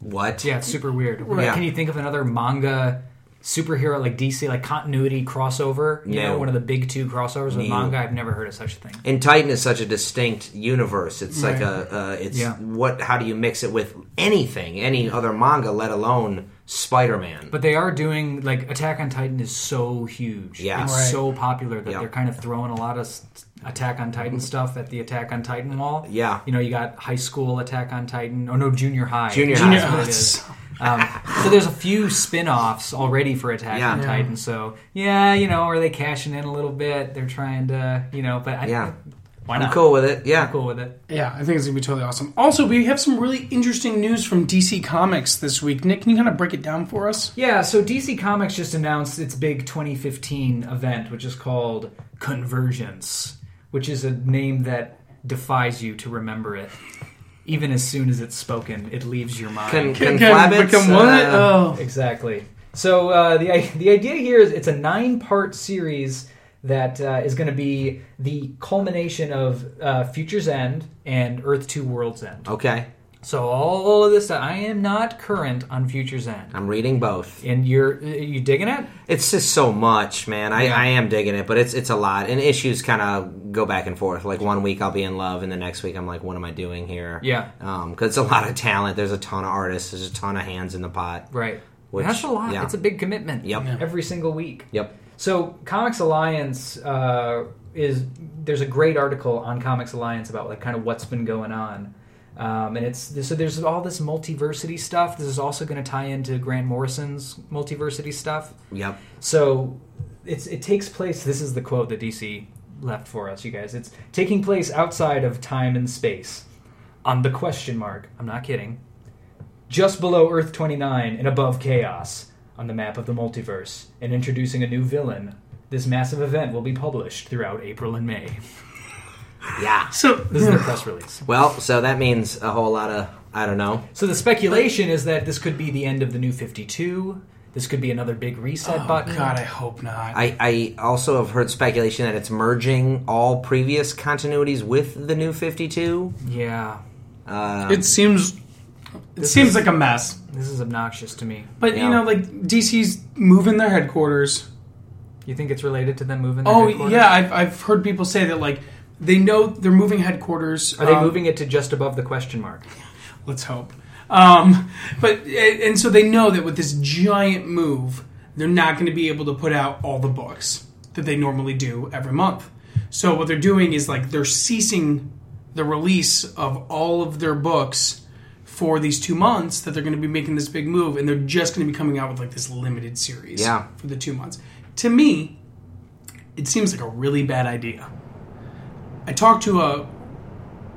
D: what?
C: Yeah, it's super weird.
D: Yeah.
C: Can you think of another manga superhero like DC like continuity crossover? You
D: No.
C: know, one of the big two crossovers with manga. I've never heard of such a thing.
D: And Titan is such a distinct universe. It's like a, a it's
C: Yeah.
D: what? How do you mix it with anything, any other manga, let alone Spider Man?
C: But they are doing like Attack on Titan is so huge.
D: Yeah.
C: it's
B: Right.
C: so popular that
D: Yeah.
C: they're kind of throwing a lot of s- Attack on Titan stuff at the Attack on Titan wall.
D: Yeah.
C: you know, you got high school Attack on Titan. Oh no, junior high.
D: Junior
C: That's
D: high.
C: what it is. Um, so there's a few spin-offs already for Attack
D: Yeah.
C: on
D: Yeah.
C: Titan. So yeah, you know, are they cashing in a little bit? They're trying to, you know, but I,
D: Yeah.
C: why
D: I'm
C: not?
D: cool with it. Yeah,
C: cool with it.
B: yeah, I think it's gonna be totally awesome. Also, we have some really interesting news from DC Comics this week. Nick, can you kind of break it down for us?
C: Yeah, so DC Comics just announced its big 2015 event, which is called Convergence, which is a name that defies you to remember it. Even as soon as it's spoken, it leaves your mind.
D: can can,
B: Can we
D: Flabbits,
B: become one?
D: uh,
B: Oh.
C: Exactly. So uh, the i- the idea here is it's a nine part series that uh, is going to be the culmination of uh, Future's End and Earth Two Worlds End.
D: Okay,
C: So all of this, I am not current on Future's End,
D: I'm reading both.
C: and you're uh, you digging it?
D: It's just so much, man. I, I am digging it, but it's it's a lot, and issues kind of go back and forth. Like one week I'll be in love, and the next week I'm like, what am I doing here?
C: Yeah.
D: because it's a lot of talent. There's a ton of artists. There's a ton of hands in the pot.
C: Right.
D: Which-
C: That's a lot.
D: yeah.
C: It's a big commitment.
D: Yep. Yeah.
C: Every single week.
D: Yep.
C: So Comics Alliance uh, is there's a great article on Comics Alliance about like kind of what's been going on, um, and it's so there's all this multiversity stuff. This is also going to tie into Grant Morrison's multiversity stuff.
D: Yep.
C: So it's it takes place. This is the quote that DC left for us, you guys. It's taking place outside of time and space, on the question mark. I'm not kidding. Just below Earth 29 and above chaos on the map of the multiverse, and introducing a new villain. This massive event will be published throughout April and May.
D: Yeah.
B: So
C: This is their
B: [LAUGHS]
C: press release.
D: Well, so that means a whole lot of I don't know.
C: So the speculation is that this could be the end of the New 52. This could be another big reset button.
B: Oh, God, I hope not.
D: I, I also have heard speculation that it's merging all previous continuities with the new 52.
C: Yeah.
D: Uh,
B: it seems It seems like a mess.
C: This is obnoxious to me.
B: But
D: Yeah.
B: you know, like DC's moving their headquarters.
C: You think it's related to them moving? Their
B: Oh
C: headquarters?
B: yeah, I've, I've heard people say that like they know they're moving headquarters.
C: Are they
B: um,
C: moving it to just above the question mark?
B: Let's hope. Um, but and and so they know that with this giant move, they're not going to be able to put out all the books that they normally do every month. So what they're doing is like they're ceasing the release of all of their books for these two months that they're going to be making this big move, and they're just going to be coming out with like this limited series
D: Yeah.
B: for the two months. To me, it seems like a really bad idea. I talked to a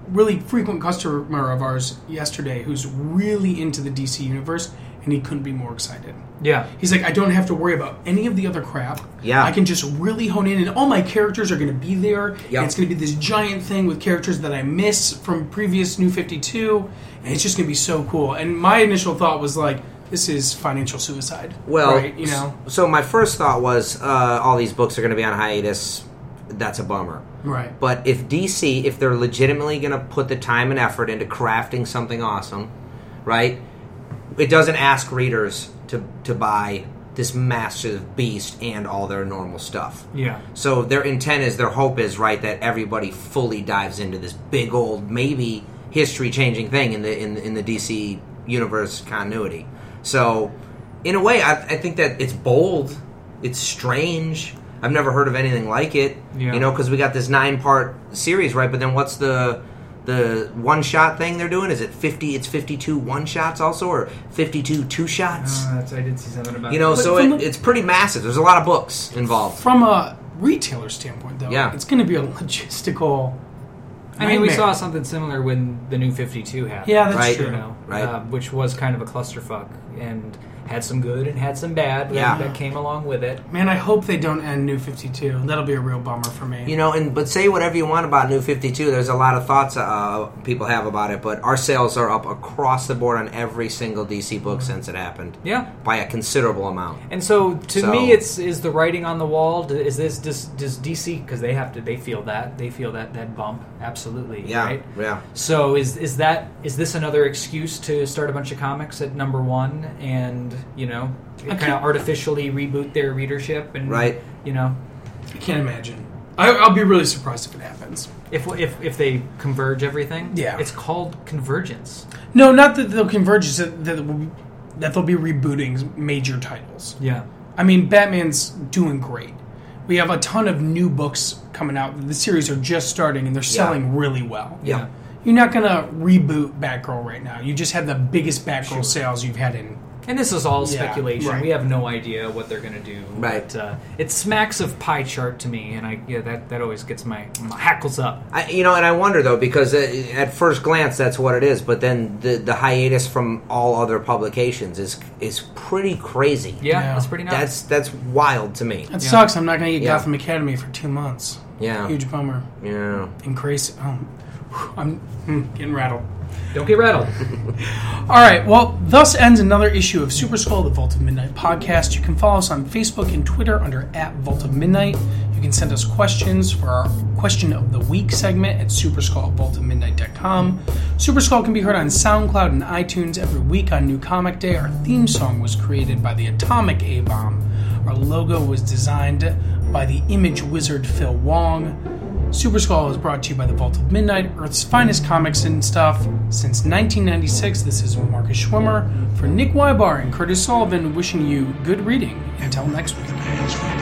B: really frequent customer of ours yesterday who's really into the DC universe, and he couldn't be more excited.
C: Yeah.
B: He's like, I don't have to worry about any of the other crap.
D: Yeah.
B: I can just really hone in, and all my characters are going to be there.
D: Yeah.
B: And it's going to be this giant thing with characters that I miss from previous New 52, and it's just going to be so cool. And my initial thought was like, this is financial suicide.
D: Well,
B: right? You know?
D: s- So my first thought was, uh, all these books are going to be on hiatus. That's a bummer.
B: Right.
D: But if DC, if they're legitimately going to put the time and effort into crafting something awesome, right? It doesn't ask readers to to buy this massive beast and all their normal stuff.
C: Yeah.
D: So their intent is, their hope is, right, that everybody fully dives into this big old, maybe history-changing thing in the in, in the DC universe continuity. So, in a way, I, I think that it's bold, it's strange. I've never heard of anything like it.
C: Yeah.
D: You know, because we got this nine-part series, right? But then what's the the one-shot thing they're doing? Is it fifty? It's fifty-two one-shots also, or fifty-two two-shots?
C: Uh, that's, I did see something about
D: you know,
B: But
D: so
B: from
D: it,
B: the-
D: it's pretty massive. There's a lot of books involved.
B: From a retailer standpoint, though,
D: Yeah.
B: it's going to be a [LAUGHS] logistical.
C: I mean, we
B: nightmare.
C: saw something similar when the new 52 happened.
B: Yeah, that's
D: Right.
B: true.
C: you know,
D: Right.
C: uh, which was kind of a clusterfuck and had some good and had some bad that,
D: Yeah.
C: that came along with it.
B: Man, I hope they don't end New 52. That'll be a real bummer for me.
D: You know, and but say whatever you want about New Fifty Two. There's a lot of thoughts uh, people have about it, but our sales are up across the board on every single DC book since it happened
C: Mm-hmm. Yeah.
D: by a considerable amount.
C: And so, to
D: So-
C: me, it's is the writing on the wall. D- Is this does, does DC because they have to they feel that they feel that that bump absolutely
D: Yeah,
C: right?
D: yeah.
C: So is is that is this another excuse to start a bunch of comics at number one and you know kind of
B: can't-
C: artificially reboot their readership and
D: Right.
C: you know
B: I can't imagine. I, I'll be really surprised if it happens.
C: if if if they converge everything
B: Yeah.
C: it's called convergence
B: No, not that they'll converge, it's that, that, will be, that they'll be rebooting major titles.
C: yeah
B: I mean, Batman's doing great. We have a ton of new books coming out. The series are just starting and they're selling really well.
D: Yeah.
B: You're not going to reboot Batgirl right now. You just had the biggest Batgirl sales you've had in.
C: And this is all
B: Yeah,
C: speculation.
B: right.
C: We have no idea what they're going to do.
D: Right.
C: But, uh, it smacks of pie chart to me, and I yeah that, that always gets my, my hackles up.
D: I, you know, and I wonder though because uh, at first glance that's what it is, but then the the hiatus from all other publications is is pretty crazy.
C: Yeah,
B: Yeah.
C: that's pretty nuts.
D: that's that's wild to me.
B: That sucks. I'm not going to get
D: Yeah.
B: Gotham Academy for two months.
D: Yeah,
B: Huge bummer.
D: yeah.
B: Increase. Um, whew, I'm mm, getting rattled.
C: Don't get rattled.
B: All right. Well, thus ends another issue of Super Skull, the Vault of Midnight podcast. You can follow us on Facebook and Twitter under at Vault of Midnight. You can send us questions for our question of the week segment at superskullvaultofmidnight.com. Super Skull can be heard on SoundCloud and iTunes every week on New Comic Day. Our theme song was created by the Atomic A Bomb. Our logo was designed by the image wizard Phil Wong. Super Skull is brought to you by the Vault of Midnight, Earth's finest comics and stuff. Since 1996, this is Marcus Schwimmer for Nick Wybar and Curtis Sullivan wishing you good reading. Until next week.
E: hands from